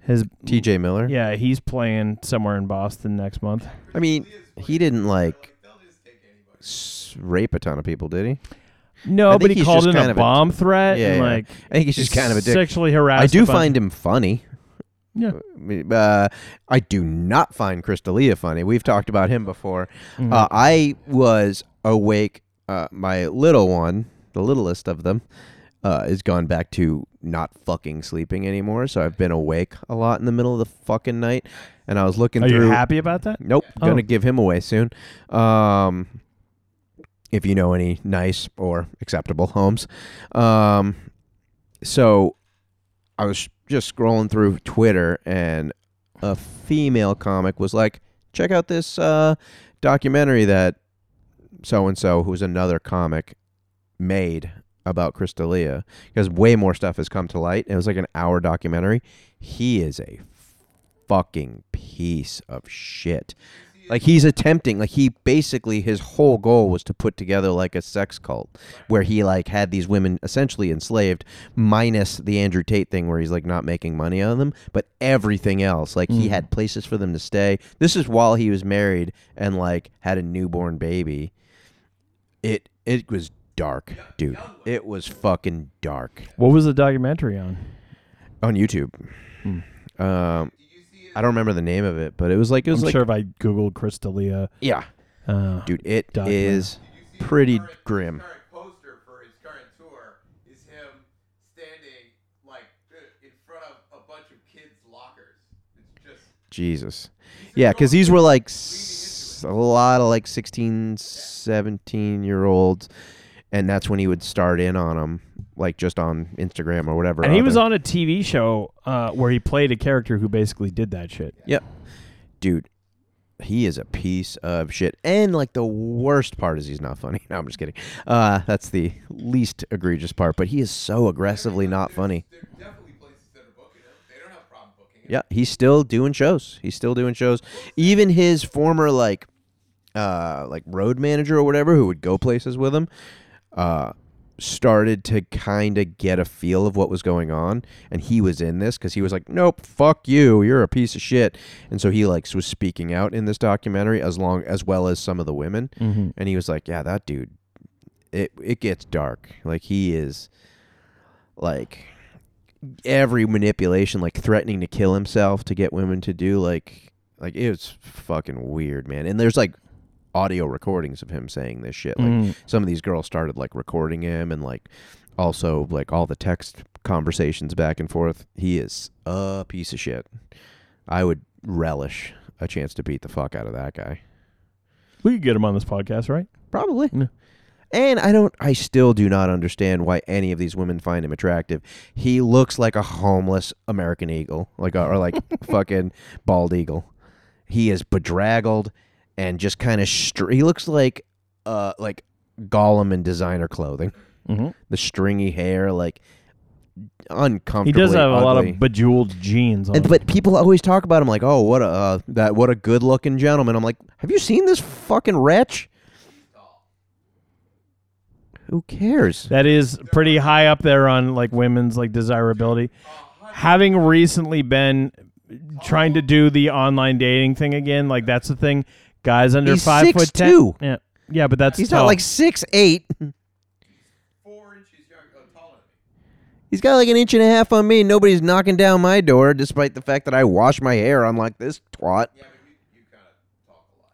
C: his
D: T.J. Miller.
C: Mm. yeah, he's playing somewhere in Boston next month.
D: I mean, he didn't like
E: They'll just take anybody.
D: s- rape a ton of people, did he? I
C: No,
D: think
C: but he
D: he's
C: called
D: just
C: in
D: kind
C: a
D: of a-
C: bomb threat
D: Yeah,
C: and
D: yeah.
C: like
D: I think he's just kind of a dick.
C: sexually harassed.
D: I do
C: a bunch-
D: find him funny.
C: Yeah.
D: Uh, I do not find Chris D'Elia funny. We've talked about him before.
C: Mm-hmm.
D: Uh, I was awake. Uh, my little one, the littlest of them, uh, is gone back to not fucking sleeping anymore. So I've been awake a lot in the middle of the fucking night, and I was looking
C: Are
D: through.
C: you happy about that?
D: Nope,
C: Oh.
D: gonna give him away soon. Um, if you know any nice or acceptable homes, um, so I was just scrolling through Twitter and a female comic was like, "Check out this uh, documentary that so and so, who's another comic, made about Chris D'Elia, because way more stuff has come to light." It was like an hour documentary. He is a fucking piece of shit. Like he's attempting, like he basically his whole goal was to put together like a sex cult where he like had these women essentially enslaved, minus the Andrew Tate thing where he's like not making money on them, but everything else. Like
C: Mm.
D: he had places for them to stay. This is while he was married and like had a newborn baby. It it was dark, dude. It was fucking dark
C: What was the documentary on?
D: on YouTube. Um, I don't remember the name of it, but it was like it
C: Hmm. I'm
D: was like
C: sure if I googled Crystalia,
D: yeah,
C: uh,
D: dude. It is
C: Document.
D: pretty grim.
E: Current poster for his current tour is him standing like uh, in front of a bunch of kids' lockers. It's just
D: Jesus. Yeah, because these were like s- a lot of like 16, 17 year olds. And that's when he would start in on them, like just on Instagram or whatever.
C: and he was
D: other.
C: on a TV show uh, where he played a character who basically did that shit.
D: Yep. Dude, he is a piece of shit. And like the worst part is he's not funny. No, I'm just kidding. Uh, that's the least egregious part, but he is so aggressively not funny.
E: there are definitely places that are booking him. They don't have a problem booking him.
D: Yeah, he's still doing shows. He's still doing shows. Even his former like uh like road manager or whatever who would go places with him uh started to kind of get a feel of what was going on and he was in this cuz he was like nope fuck you you're a piece of shit and so he like was speaking out in this documentary as long as well as some of the women and he was like yeah that dude it it gets dark like he is like every manipulation, like threatening to kill himself to get women to do like like it was fucking weird, man. And there's like audio recordings of him saying this shit. Like some of these girls started like recording him and like also like all the text conversations back and forth. He is a piece of shit. I would relish a chance to beat the fuck out of that guy.
C: We could get him on this podcast, right?
D: Probably.
C: Yeah.
D: And I don't I still do not understand why any of these women find him attractive. He looks like a homeless American eagle, like a, or like fucking bald eagle. He is bedraggled and just kind of str- he looks like uh like Gollum in designer clothing.
C: Mhm.
D: The stringy hair like uncomfortable.
C: He does have a lot of bejeweled jeans. On
D: And, but people always talk about him like, oh, what a uh, that what a good looking gentleman. I'm like, have you seen this fucking wretch? Who cares?
C: That is pretty high up there on like women's like desirability. Having recently been trying to do the online dating thing again, like that's the thing. Guys under
D: He's
C: five foot ten.
D: 6'2".
C: Yeah, yeah, but that's
D: He's
C: tall.
D: not like six eight.
E: Four inches younger, uh, taller than me.
D: He's got like an inch and a half on me. and Nobody's knocking down my door, despite the fact that I wash my hair unlike this twat.
E: Yeah, but you, you kind of talk a lot.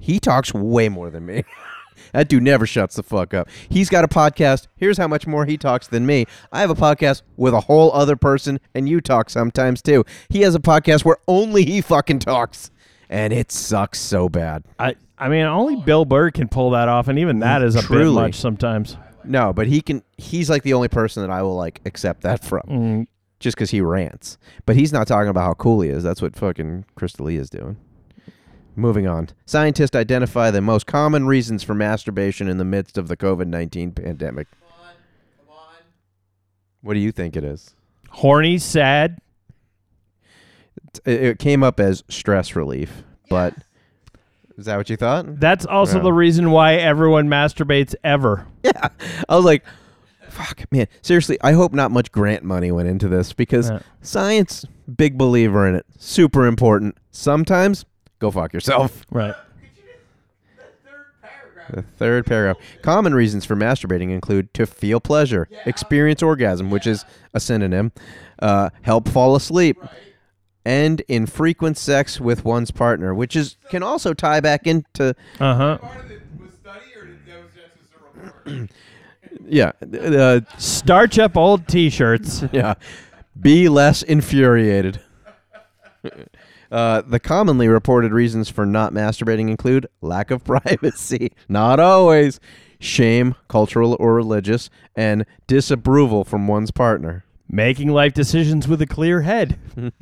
D: He talks way more than me. that dude never shuts the fuck up. He's got a podcast. Here's how much more he talks than me. I have a podcast with a whole other person, and you talk sometimes too. He has a podcast where only he fucking talks, and it sucks so bad.
C: I, I mean, only Bill Burr can pull that off, and even that is a bit
D: Truly.
C: much sometimes.
D: No, but he can. He's like the only person that I will like accept that from, just because he rants. But he's not talking about how cool he is. That's what fucking Crystal Lee is doing. Moving on. Scientists identify the most common reasons for masturbation in the midst of the COVID nineteen pandemic.
E: Come on, come on.
D: What do you think it is?
C: Horny, sad,
D: T- It, it came up as stress relief, but is that what you thought?
C: That's also the reason why everyone masturbates ever.
D: yeah. I was like, fuck, man. Seriously, I hope not much grant money went into this because
C: Yeah.
D: science, big believer in it, super important. Sometimes, go fuck yourself.
C: Right.
D: The third paragraph. Common reasons for masturbating include to feel pleasure, experience orgasm, which is a synonym, uh, help fall asleep, and infrequent sex with one's partner, which is can also tie back into
C: Uh huh.
E: Part of it was study, or did that was just as a report?
D: yeah, uh,
C: Starch up old T-shirts.
D: yeah. Be less infuriated. Uh, the commonly reported reasons for not masturbating include lack of privacy, not always, shame, cultural or religious, and disapproval from one's partner.
C: Making life decisions with a clear head. I'm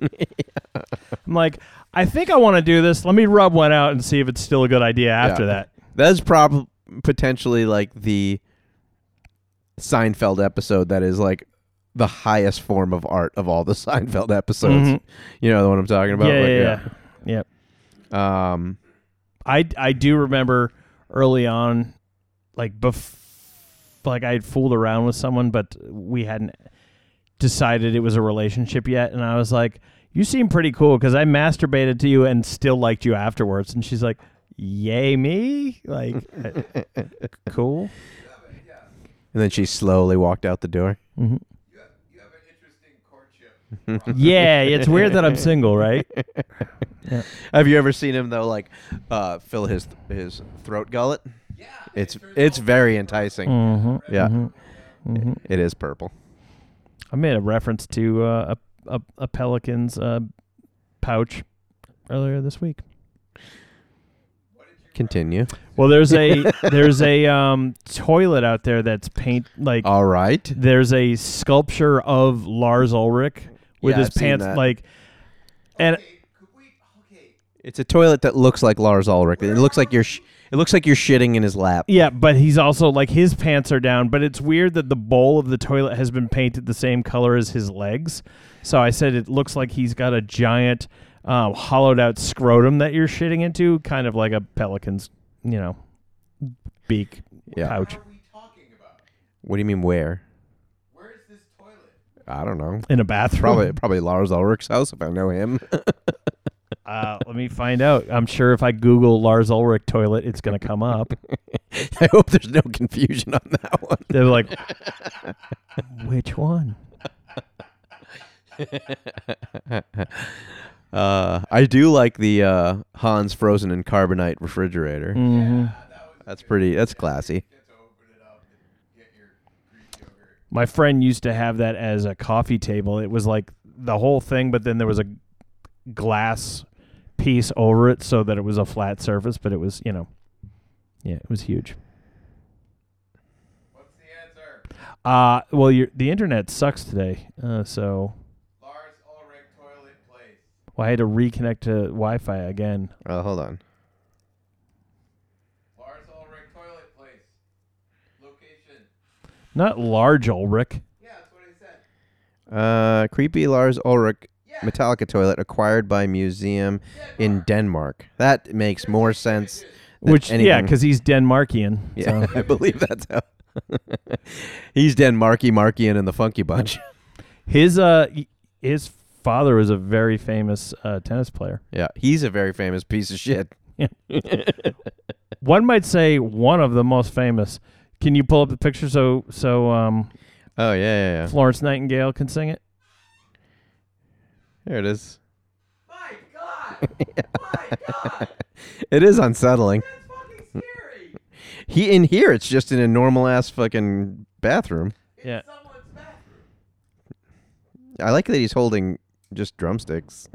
C: like, I think I want to do this. Let me rub one out and see if it's still a good idea after
D: Yeah.
C: that.
D: That is probably potentially like the Seinfeld episode that is like the highest form of art of all the Seinfeld episodes.
C: Mhm.
D: You know the one I'm talking about?
C: yeah,
D: Like,
C: yeah, yeah, Yep.
D: yeah. Um,
C: I I do remember early on, like bef- like I had fooled around with someone, but we hadn't decided it was a relationship yet, and I was like, "You seem pretty cool," because I masturbated to you and still liked you afterwards, and she's like, "Yay me!" Like, uh, cool.
E: yeah, but yeah.
D: And then she slowly walked out the door.
E: You have, you have an interesting courtship.
C: yeah, it's weird that I'm single, right?
D: Have you ever seen him though? Like, uh, fill his his throat gullet.
E: Yeah.
D: It's it's very enticing.
C: Mm-hmm.
D: Yeah,
C: Mm-hmm.
D: it is purple.
C: I made a reference to uh, a, a a pelican's uh, pouch earlier this week.
D: Continue.
C: Well, there's a there's a um, toilet out there that's paint like
D: All right.
C: there's a sculpture of Lars Ulrich with
D: Yeah,
C: his
D: I've seen
C: pants
D: that.
C: like and
E: Okay, could we? Okay.
D: It's a toilet that looks like Lars Ulrich. It looks like you're sh- it looks like you're shitting in his lap.
C: yeah, but he's also like his pants are down, but it's weird that the bowl of the toilet has been painted the same color as his legs. So I said it looks like he's got a giant um, hollowed out scrotum that you're shitting into, kind of like a pelican's, you know, beak
D: Yeah.
C: pouch
E: What are we talking about?
D: What do you mean where?
E: Where is this toilet?
D: I don't know.
C: in a bathroom.
D: Probably probably Lars Ulrich's house if I know him.
C: Uh, let me find out. I'm sure if I Google Lars Ulrich toilet, it's going to come up.
D: I hope there's no confusion on that one.
C: They're like, which one?
D: Uh, I do like the uh, Hans frozen in carbonite refrigerator.
C: Mm-hmm.
D: That's pretty. That's classy.
C: My friend used to have that as a coffee table. It was like the whole thing, but then there was a glass piece over it so that it was a flat surface, but it was, you know, yeah, it was huge.
E: What's the answer?
C: Uh, well, your the internet sucks today. Uh, so
E: Lars Ulrich toilet place.
C: well, I had to reconnect to Wi Fi again.
D: Uh, hold on.
E: Lars Ulrich toilet place. Location.
C: Not large Ulrich.
E: Yeah, that's what I said.
D: Uh, creepy Lars Ulrich Metallica toilet acquired by museum in Denmark. That makes more sense. than
C: Which, yeah,
D: anything.
C: because he's Denmarkian.
D: yeah,
C: So.
D: I believe that's how. He's Denmarky Markian and the Funky Bunch.
C: His uh, y- his father was a very famous uh, tennis player.
D: yeah, he's a very famous piece of shit.
C: One might say one of the most famous. Can you pull up the picture so so um,
D: Oh yeah, yeah, yeah.
C: Florence Nightingale can sing it?
D: There it is.
E: My God. My God.
D: It is unsettling.
E: That's fucking scary.
D: He in here, it's just in a normal ass fucking bathroom.
C: Yeah.
E: Someone's bathroom.
D: I like that he's holding just drumsticks.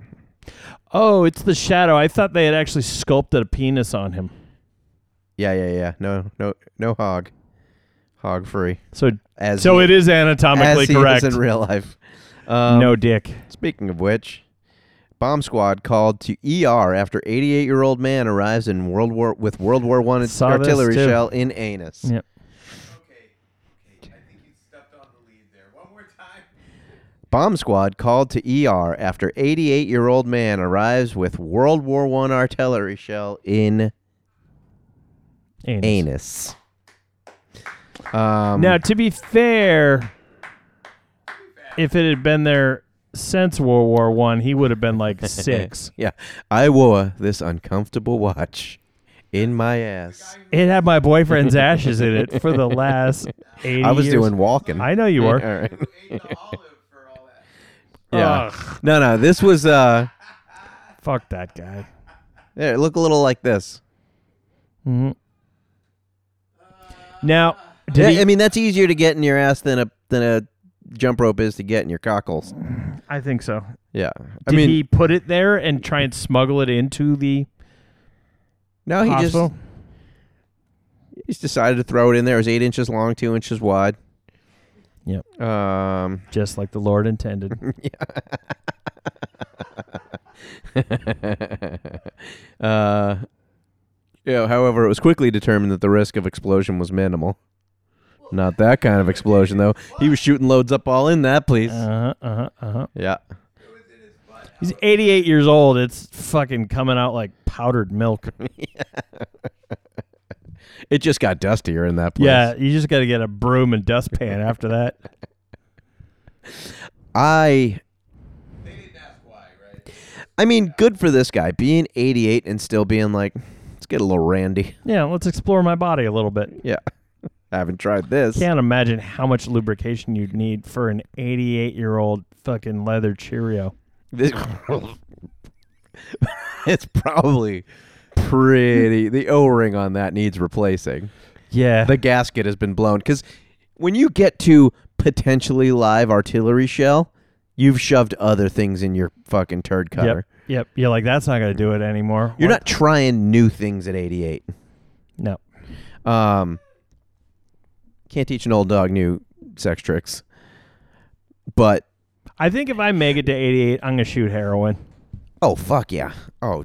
C: Oh, it's the shadow. I thought they had actually sculpted a penis on him.
D: Yeah, yeah, yeah. No, no, no hog, hog free.
C: So
D: As
C: so
D: he,
C: it is
D: as
C: anatomically
D: he
C: correct.
D: is in real life. Um,
C: no dick.
D: Speaking of which, bomb squad called to ER after 88 year old man arrives in World War with World War One
C: Saw this,
D: artillery
C: too.
D: shell in anus.
C: Yeah.
E: Okay. Okay. I think you stepped on the lead there. One more time.
D: Bomb squad called to ER after 88 year old man arrives with World War One artillery shell in
C: Anus.
D: anus. Um,
C: Now, to be fair, if it had been there since World War One, he would have been like six.
D: yeah, I wore this uncomfortable watch in my ass.
C: It had my boyfriend's ashes in it for the last 80
D: I was
C: years.
D: doing walking.
C: I know you
D: All
C: were.
D: right.
E: Who ate the olive for all that?
D: Yeah.
C: Ugh,
D: No, no, this was uh,
C: fuck that guy.
D: there, look a little like this.
C: hmm Now, did
D: Yeah,
C: he,
D: I mean that's easier to get in your ass than a than a jump rope is to get in your cockles.
C: I think so.
D: Yeah, I
C: Did
D: mean
C: he put it there and try and smuggle it into the
D: no, Oh, he
C: hospital?
D: just he's decided to throw it in there. It was eight inches long, two inches wide.
C: Yep.
D: Um,
C: Just, like the Lord intended.
D: uh, yeah. However, it was quickly determined that the risk of explosion was minimal. Not that kind of explosion, though. He was shooting loads up all in that, please.
C: Uh-huh, uh-huh, uh-huh.
D: yeah.
C: He's 88 years old. It's fucking coming out like powdered milk.
D: It just got dustier in that place.
C: Yeah, you just got to get a broom and dustpan after that.
D: I
E: They didn't ask why, right?
D: I mean, good for this guy being 88 and still being like, let's get a little randy.
C: Yeah, let's explore my body a little bit.
D: Yeah. I haven't tried this.
C: Can't imagine how much lubrication you'd need for an 88 year old fucking leather Cheerio.
D: This, it's probably pretty. The O ring on that needs replacing.
C: Yeah.
D: The gasket has been blown. Because when you get to potentially live artillery shell, you've shoved other things in your fucking turd cutter.
C: yep. Yep. You're like, that's not going to do it anymore.
D: You're
C: What
D: not trying new things at 88.
C: the- No.
D: Um, can't teach an old dog new sex tricks. But
C: I think if I make it to 88, I'm going to shoot heroin.
D: oh fuck yeah, oh,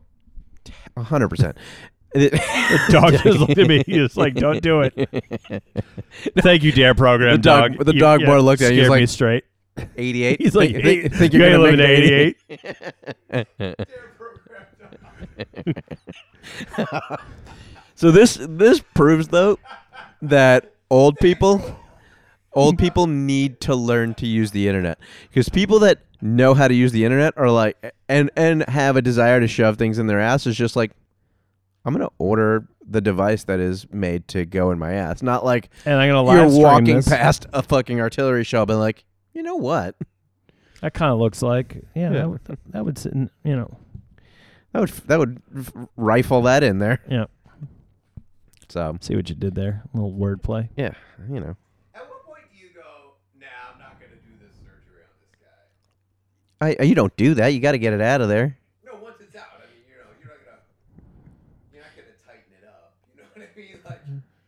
D: a hundred percent.
C: Dog just looked at me. He was like, don't do it. Thank you, Dare Program.
D: The dog- the dog
C: yeah,
D: bar looked at you, he's
C: scared me
D: like-
C: straight.
D: 88.
C: He's like,
D: think,
C: "Hey,
D: think- think
C: you
D: you're
C: ain't
D: gonna
C: living to
D: make it
C: 88.
D: So this this proves though that old people old people need to learn to use the internet because people that know how to use the internet are like and and have a desire to shove things in their ass is just like I'm gonna order the device that is made to go in my ass. Not like
C: And I'm going to
D: you're
C: live stream
D: walking
C: this.
D: past a fucking artillery shell, but like you know what?
C: That kind of looks like, yeah,
D: Yeah.
C: That, would, that would sit in, you know,
D: That would that would rifle that in there.
C: yeah.
D: So
C: See what you did there. A little wordplay.
D: yeah, you know.
E: At what point do you go, nah, I'm not going to do this surgery on this guy?
D: I, you don't do that. You got to get it out of there.
E: No, once it's out, I mean, you know, you're not going to, you're not going to tighten it up. You know what I mean?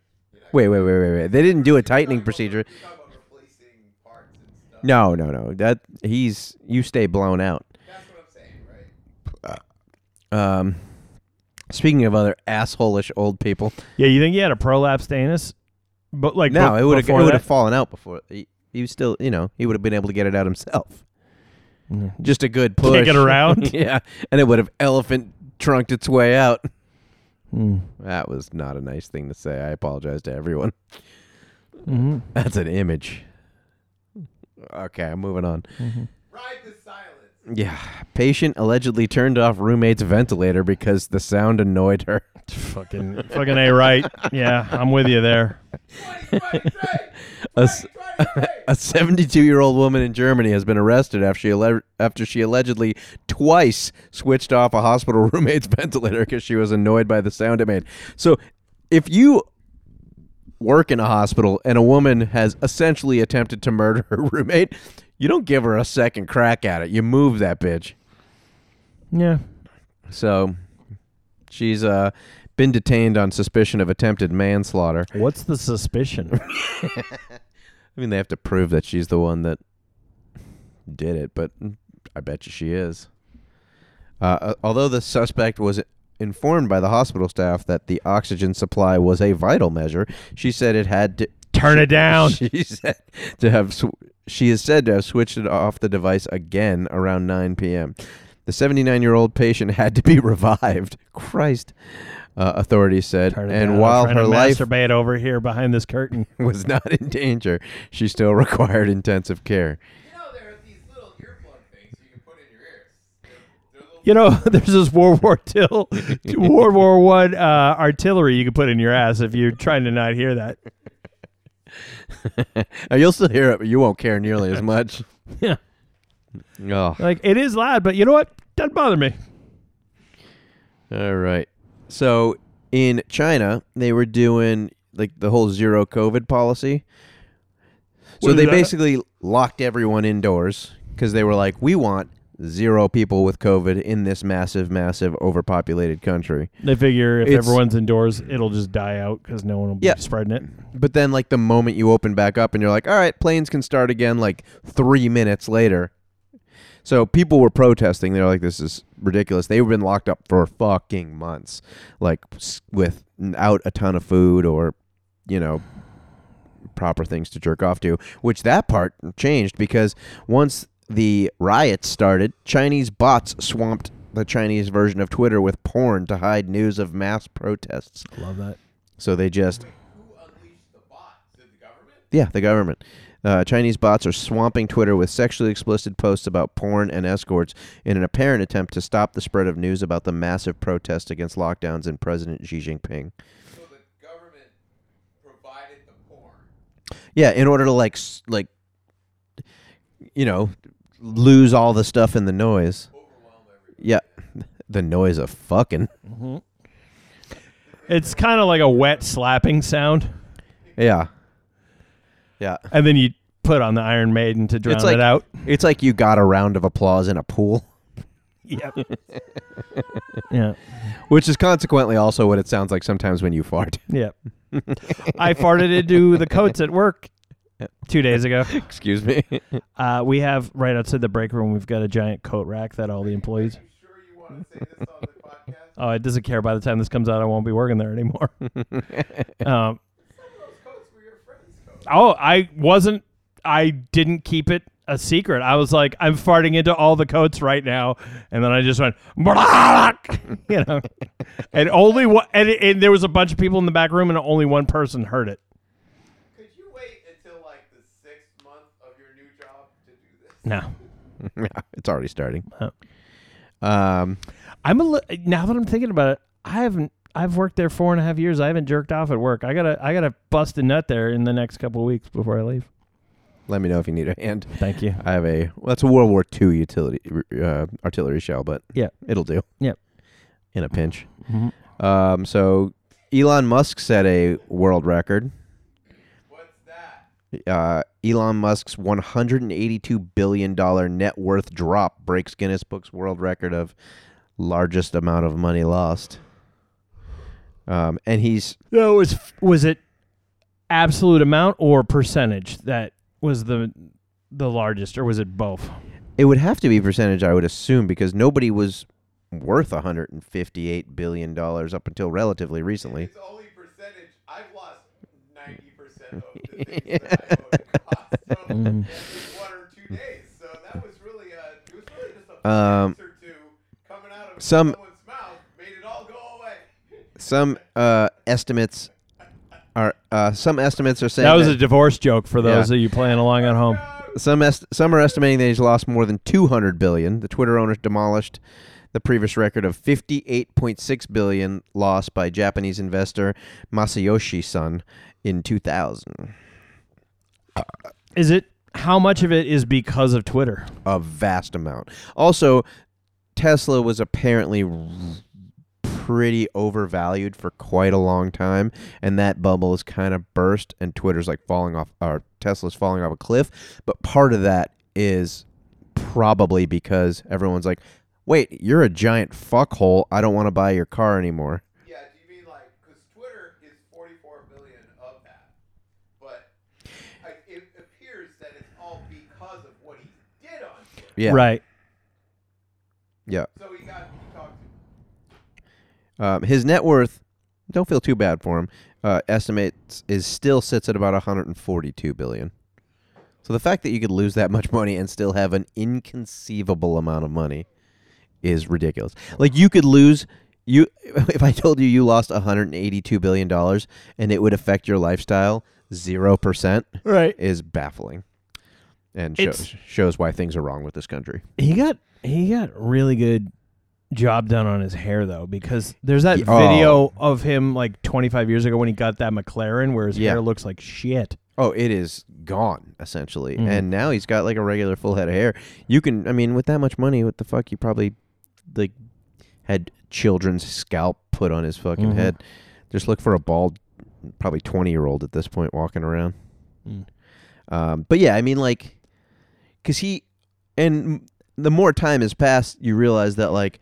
E: Like,
D: Wait, wait, wait, wait, wait. They didn't do a tightening procedure.
E: you're talking about replacing parts and stuff.
D: No, no, no. That he's you stay blown out.
E: That's what I'm saying, right?
D: Um, speaking of other assholish old people,
C: Yeah, you think you had a prolapsed anus? But like
D: no,
C: be-
D: it would have it
C: before
D: would have
C: that?
D: fallen out before. He, he was still, you know, he would have been able to get it out himself.
C: Mhm.
D: Just a good push.
C: Kick it around?
D: yeah, and it would have elephant trunked its way out.
C: Mm.
D: That was not a nice thing to say. I apologize to everyone.
C: Mhm.
D: That's an image. Okay, I'm moving on.
C: Mm-hmm.
E: Ride the silence.
D: Yeah. Patient allegedly turned off roommate's ventilator because the sound annoyed her.
C: fucking fucking a right. Yeah, I'm with you there.
E: 2023!
D: A s-
E: 2023!
D: A 72 year old woman in Germany has been arrested after she, alle- after she allegedly twice switched off a hospital roommate's ventilator because she was annoyed by the sound it made. So, if you work in a hospital and a woman has essentially attempted to murder her roommate, you don't give her a second crack at it. You move that bitch.
C: Yeah.
D: So, she's uh, been detained on suspicion of attempted manslaughter.
C: What's the suspicion?
D: I mean, they have to prove that she's the one that did it, but I bet you she is. Uh, uh, although the suspect was informed by the hospital staff that the oxygen supply was a vital measure, she said it had to
C: Turn it down.
D: She said to have sw- she is said to have switched it off the device again around 9 p.m. The 79-year-old patient had to be revived. Christ, uh, authorities said,
C: Turn it
D: and
C: down. I'm
D: while
C: trying
D: her
C: to
D: life
C: masturbate over here behind this curtain.
D: was not in danger, she still required intensive care.
E: You know, there are these little earplug things you can put in your ears. They're, they're little
C: You know, there's this World War II, World War One uh, artillery you can put in your ass if you're trying to not hear that.
D: Now, Uh, you'll still hear it, but you won't care nearly as much.
C: Yeah.
D: Oh,
C: Like it is loud, but you know what? Doesn't bother me.
D: all right. So in China, they were doing like the whole zero COVID policy. So
C: What is
D: they
C: that?
D: basically locked everyone indoors because they were like, we want zero people with COVID in this massive, massive overpopulated country.
C: They figure if
D: It's-
C: everyone's indoors, it'll just die out because no one will be
D: Yeah.
C: spreading it.
D: But then, like, the moment you open back up and you're like, all right, planes can start again, like, three minutes later. So people were protesting. They were like, this is ridiculous. They've been locked up for fucking months, like, s- without a ton of food or, you know, proper things to jerk off to, which that part changed because once the riots started, Chinese bots swamped the Chinese version of Twitter with porn to hide news of mass protests.
C: Love that.
D: So they just
E: who unleashed the bots? Did the government?
D: yeah, the government. Uh, Chinese bots are swamping Twitter with sexually explicit posts about porn and escorts in an apparent attempt to stop the spread of news about the massive protest against lockdowns and President Xi Jinping.
E: So the government provided the porn.
D: Yeah, in order to like s- like you know, lose all the stuff in the noise. Yeah. The noise of fucking.
C: It's kind of like a wet slapping sound,
D: Yeah. Yeah.
C: and then you put on the Iron Maiden to drown
D: It's like
C: it out.
D: It's like you got a round of applause in a pool,
C: Yep. yeah.
D: which is consequently also what it sounds like sometimes when you fart.
C: Yeah. I farted into the coats at work two days ago.
D: Excuse me.
C: Uh, we have right outside the break room, we've got a giant coat rack that all the employees.
E: Sure, you want to say this on the podcast?
C: Oh, it doesn't care. By the time this comes out, I won't be working there anymore. um,
E: Those coats were your friends' coats.
C: oh, I wasn't. I didn't keep it a secret. I was like, I'm farting into all the coats right now, and then I just went, "Brrrrak," you know, and only one. And, it- and there was a bunch of people in the back room, and only one person heard it.
E: Could you wait until like the sixth month of your new job to do this?
C: No.
D: yeah, it's already starting.
C: Oh.
D: Um,
C: I'm a li- now that I'm thinking about it, I haven't. I've worked there four and a half years. I haven't jerked off at work. I gotta. I gotta bust a nut there in the next couple of weeks before I leave.
D: let me know if you need a hand.
C: Thank you.
D: I have a well, that's a World War II utility uh, artillery shell, but
C: Yeah.
D: it'll do.
C: Yep.
D: in a pinch. Um, so Elon Musk set a world record.
E: What's that?
D: Uh, Elon Musk's 182 billion dollar net worth drop breaks Guinness Book's world record of largest amount of money lost. Um, and he's
C: No, was was it absolute amount or percentage that was the the largest, or was it both?
D: It would have to be percentage, I would assume, because nobody was worth 158 billion dollars up until relatively recently.
E: It's only percentage. I've lost 90% of the things that I own in
D: Mm.
E: one or two days. So that was really, uh, it was really just a
D: Um,
E: answer to coming out of
D: some-
E: someone's mouth made it all go away.
D: Some uh, estimates are uh, some estimates are saying
C: that was a
D: that
C: divorce joke for those
D: Yeah.
C: of you playing along at home.
D: some est- some are estimating that he's lost more than 200 billion. The Twitter owners demolished the previous record of 58.6 billion lost by Japanese investor Masayoshi Son in 2000.
C: Is it how much of it is because of Twitter?
D: a vast amount. Also, Tesla was apparently r- pretty overvalued for quite a long time, and that bubble is kind of burst, and Twitter's like falling off, or Tesla's falling off a cliff. But part of that is probably because everyone's like, "Wait, you're a giant fuckhole. I don't want to buy your car anymore."
E: Yeah, do you mean like, because Twitter is 44 billion of that. But I, it appears that it's all because of what he did on Twitter.
D: Yeah,
C: Right.
D: Yeah,
E: So he got, he talked to
D: um, his net worth. Don't feel too bad for him. Uh, estimates is still sits at about 142 billion. So the fact that you could lose that much money and still have an inconceivable amount of money is ridiculous. Like you could lose you if I told you you lost 182 billion dollars and it would affect your lifestyle 0%
C: Right.
D: is baffling. And shows,
C: It's-
D: shows why things are wrong with this country.
C: He got he got really good job done on his hair though because there's that
D: Yeah.
C: video of him like 25 years ago when he got that McLaren where his
D: Yeah.
C: hair looks like shit.
D: Oh, it is gone essentially, and now he's got like a regular full head of hair. You can, I mean, with that much money, what the fuck? You probably like had children's scalp put on his fucking head. Just look for a bald, probably twenty year old at this point walking around. Um, but yeah, I mean, like, cause he, and m- the more time has passed, you realize that like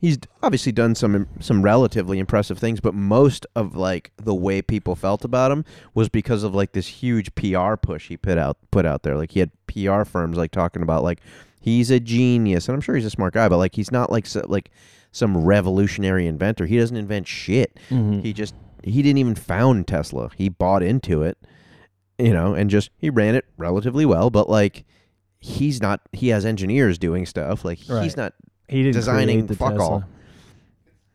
D: he's d- obviously done some im- some relatively impressive things, but most of like the way people felt about him was because of like this huge PR push he put out put out there. Like he had PR firms like talking about like he's a genius, and I'm sure he's a smart guy, but like he's not like so, like some revolutionary inventor. He doesn't invent shit. He just he didn't even found Tesla. He bought into it, you know, and just he ran it relatively well, but like. He's not. He has engineers doing stuff. Like
C: Right.
D: he's not
C: He didn't
D: designing
C: create the
D: fuck
C: Tesla.
D: all.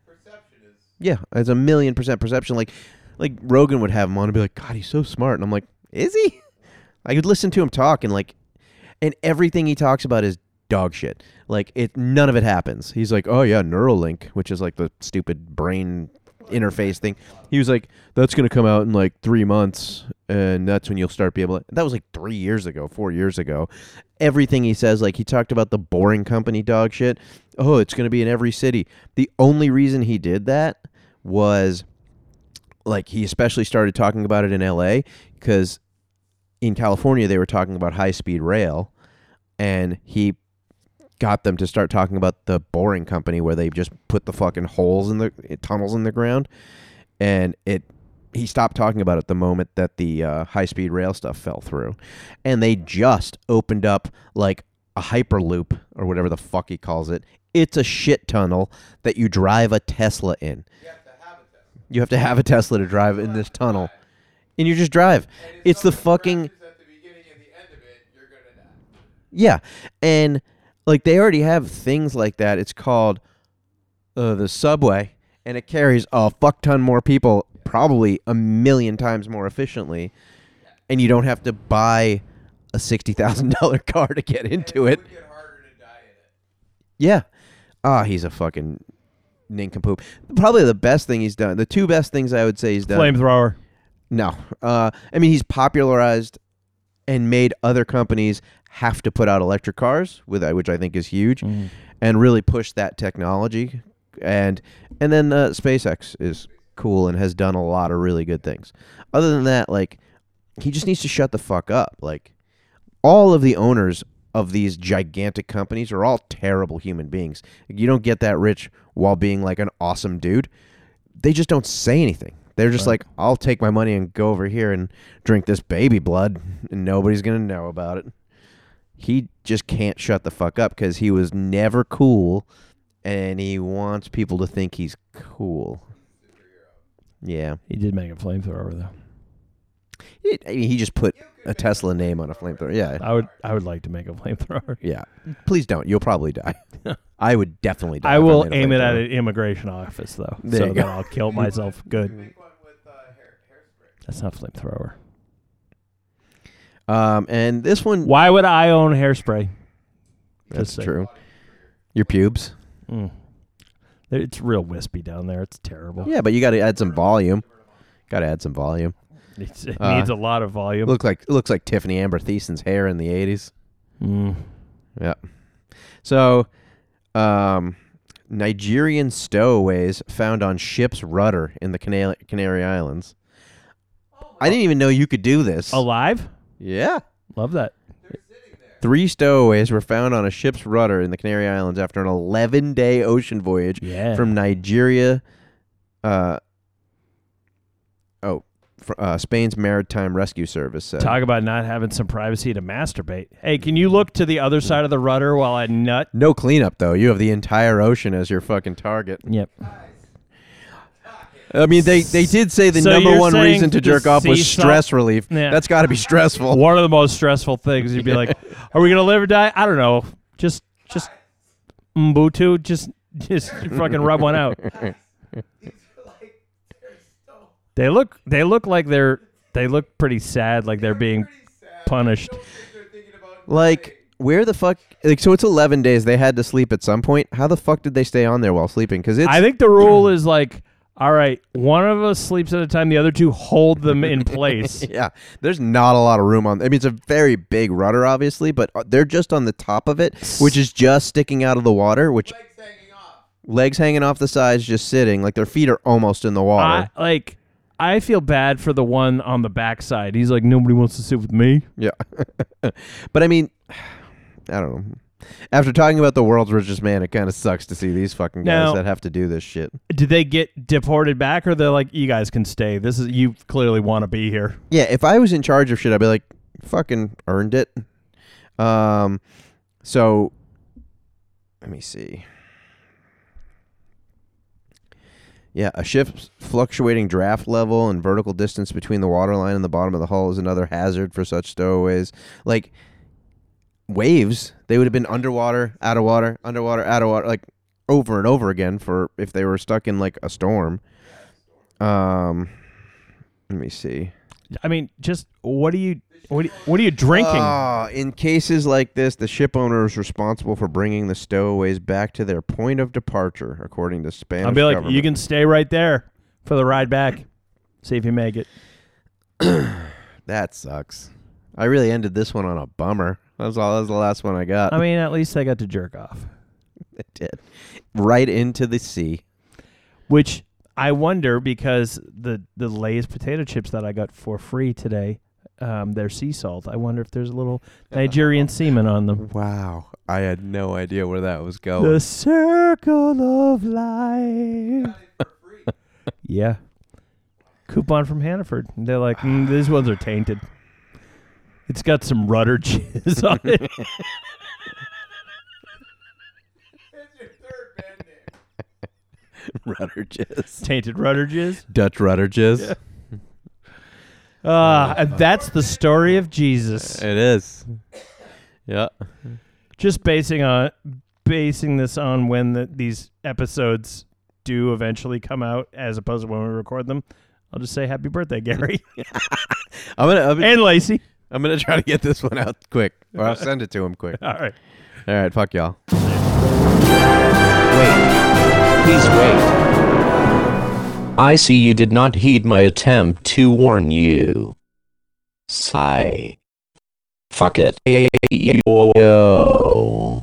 E: perception is
D: Yeah, it's a million percent perception. Like, like Rogan would have him on and be like, "God, he's so smart," and I'm like, "Is he?" I could listen to him talk and like, and everything he talks about is dog shit. Like, it none of it happens. He's like, "Oh yeah, Neuralink," which is like the stupid brain interface thing. He was like, "That's gonna come out in like three months," and that's when you'll start be able to, that was like three years ago four years ago everything he says like he talked about the boring company dog shit oh it's going to be in every city the only reason he did that was like he especially started talking about it in la because in california they were talking about high speed rail and he got them to start talking about the boring company where they just put the fucking holes in the tunnels in the ground and it he stopped talking about it the moment that the uh, high speed rail stuff fell through and they just opened up like a hyperloop or whatever the fuck he calls it it's a shit tunnel that you drive a tesla in you have to have a tesla to drive in this tunnel and you just drive it's the fucking
E: At the beginning and the end of it, you're gonna die.
D: yeah, and like they already have things like that. It's called uh, the subway, and it carries a fuck ton more people, probably a million times more efficiently, and you don't have to buy a sixty thousand dollar car to get into it.
E: Get harder to die in it.
D: Yeah, ah, he's a fucking nincompoop. Probably the best thing he's done. The two best things I would say he's done.
C: Flamethrower.
D: No. Uh, I mean, he's popularized and made other companies have to put out electric cars, with uh, which I think is huge, and really push that technology. And and then uh, SpaceX is cool and has done a lot of really good things. Other than that, like he just needs to shut the fuck up. Like all of the owners of these gigantic companies are all terrible human beings. You don't get that rich while being like an awesome dude. They just don't say anything. They're just like, I'll take my money and go over here and drink this baby blood, and nobody's going to know about it. He just can't shut the fuck up because he was never cool, and he wants people to think he's cool. Yeah.
C: He did make a flamethrower though.
D: It, I mean, he just put a Tesla name on a flamethrower. Yeah.
C: I would I would like to make a flamethrower.
D: Yeah. Please don't. You'll probably die. I would definitely die.
C: I
D: if
C: will
D: made a
C: aim it at
D: flamethrower.
C: an immigration office though,
D: There
C: so
D: you go.
C: that I'll kill myself. Good.
E: Make one with uh, hair, hairspray.
C: That's not flamethrower.
D: Um, and this one,
C: Why would I own hairspray?
D: that's
C: Just say-
D: true. Your pubes.
C: Mm. It's real wispy down there. It's terrible.
D: Yeah, but you got to add some volume. Got to add some volume.
C: It's, it
D: Uh,
C: needs a lot of volume.
D: It looks like it looks like Tiffany Amber Thiessen's hair in the '80s.
C: Mm.
D: Yeah. So, um, Nigerian stowaways found on ship's rudder in the Canary, Canary Islands. I didn't even know you could do this.
C: Alive?
D: Yeah.
C: Love that.
D: Three stowaways were found on a ship's rudder in the Canary Islands after an 11 day ocean voyage
C: Yeah.
D: from Nigeria. Uh, oh, fr- uh, Spain's Maritime Rescue Service said.
C: Talk about not having some privacy to masturbate. Hey, can you look to the other side of the rudder while I nut?
D: no cleanup, though. You have the entire ocean as your fucking target.
C: Yep.
D: I mean, they, they did say the
C: So
D: number
C: you're
D: one
C: saying
D: reason to
C: the
D: jerk off was
C: sea salt-
D: stress relief.
C: Yeah.
D: That's got to be stressful.
C: One of the most stressful things. You'd be like, "Are we gonna live or die? I don't know. Just, just, Mbutu, just, just fucking rub one out." They look, they look like they're, they look pretty sad, like they're being punished.
D: Like, where the fuck? Like, so it's 11 days. They had to sleep at some point. How the fuck did they stay on there while sleeping? Because it's.
C: I think the rule is like, all right, one of us sleeps at a time, the other two hold them in place.
D: Yeah, there's not a lot of room on. I mean, it's a very big rudder, obviously, but uh, they're just on the top of it, which is just sticking out of the water. Which
E: Legs hanging off.
D: legs hanging off the sides, just sitting, like their feet are almost in the water.
C: I, like, I feel bad for the one on the backside. He's like, nobody wants to sit with me.
D: yeah, but I mean, I don't know. After talking about the world's richest man, it kind of sucks to see these fucking guys
C: Now-
D: that have to do this shit.
C: Did they get deported back, or they're like, you guys can stay? This is you clearly want to be here.
D: Yeah, if I was in charge of shit, I'd be like, fucking earned it. Um, so let me see. Yeah, a ship's fluctuating draft level and vertical distance between the waterline and the bottom of the hull is another hazard for such stowaways. Like waves, they would have been underwater, out of water, underwater, out of water, like over and over again for if they were stuck in like a storm. Um, let me see.
C: I mean, just what are you, what, are- what are you drinking?
D: Ah, in cases like this, the ship owner is responsible for bringing the stowaways back to their point of departure, according to Spanish.
C: I'll be like, you
D: government.
C: can stay right there for the ride back. See if you make it.
D: That sucks. I really ended this one on a bummer. That was all. That was the last one I got.
C: I mean, at least I got to jerk off.
D: I did. Right into the sea.
C: Which I wonder because the the Lay's potato chips that I got for free today, um, they're sea salt. I wonder if there's a little Nigerian semen on them.
D: Wow. I had no idea where that was going.
C: The circle of life. yeah. Coupon from Hannaford. And They're like, mm, these ones are tainted. It's got some rudder jizz on it.
E: It's your third band name.
D: rudder jizz.
C: tainted rudder jizz.
D: Dutch rudder jizz.
C: Ah, and that's the story of Jesus.
D: It is. Yeah.
C: just basing on basing this on when the, these episodes do eventually come out as opposed to when we record them i'll just say happy birthday gary
D: I'm gonna. I'm,
C: and lacey
D: I'm gonna try to get this one out quick, or I'll send it to him quick.
C: all right
D: All right. Fuck y'all.
A: Please wait. I see you did not heed my attempt to warn you. Sigh. Fuck it. Yo.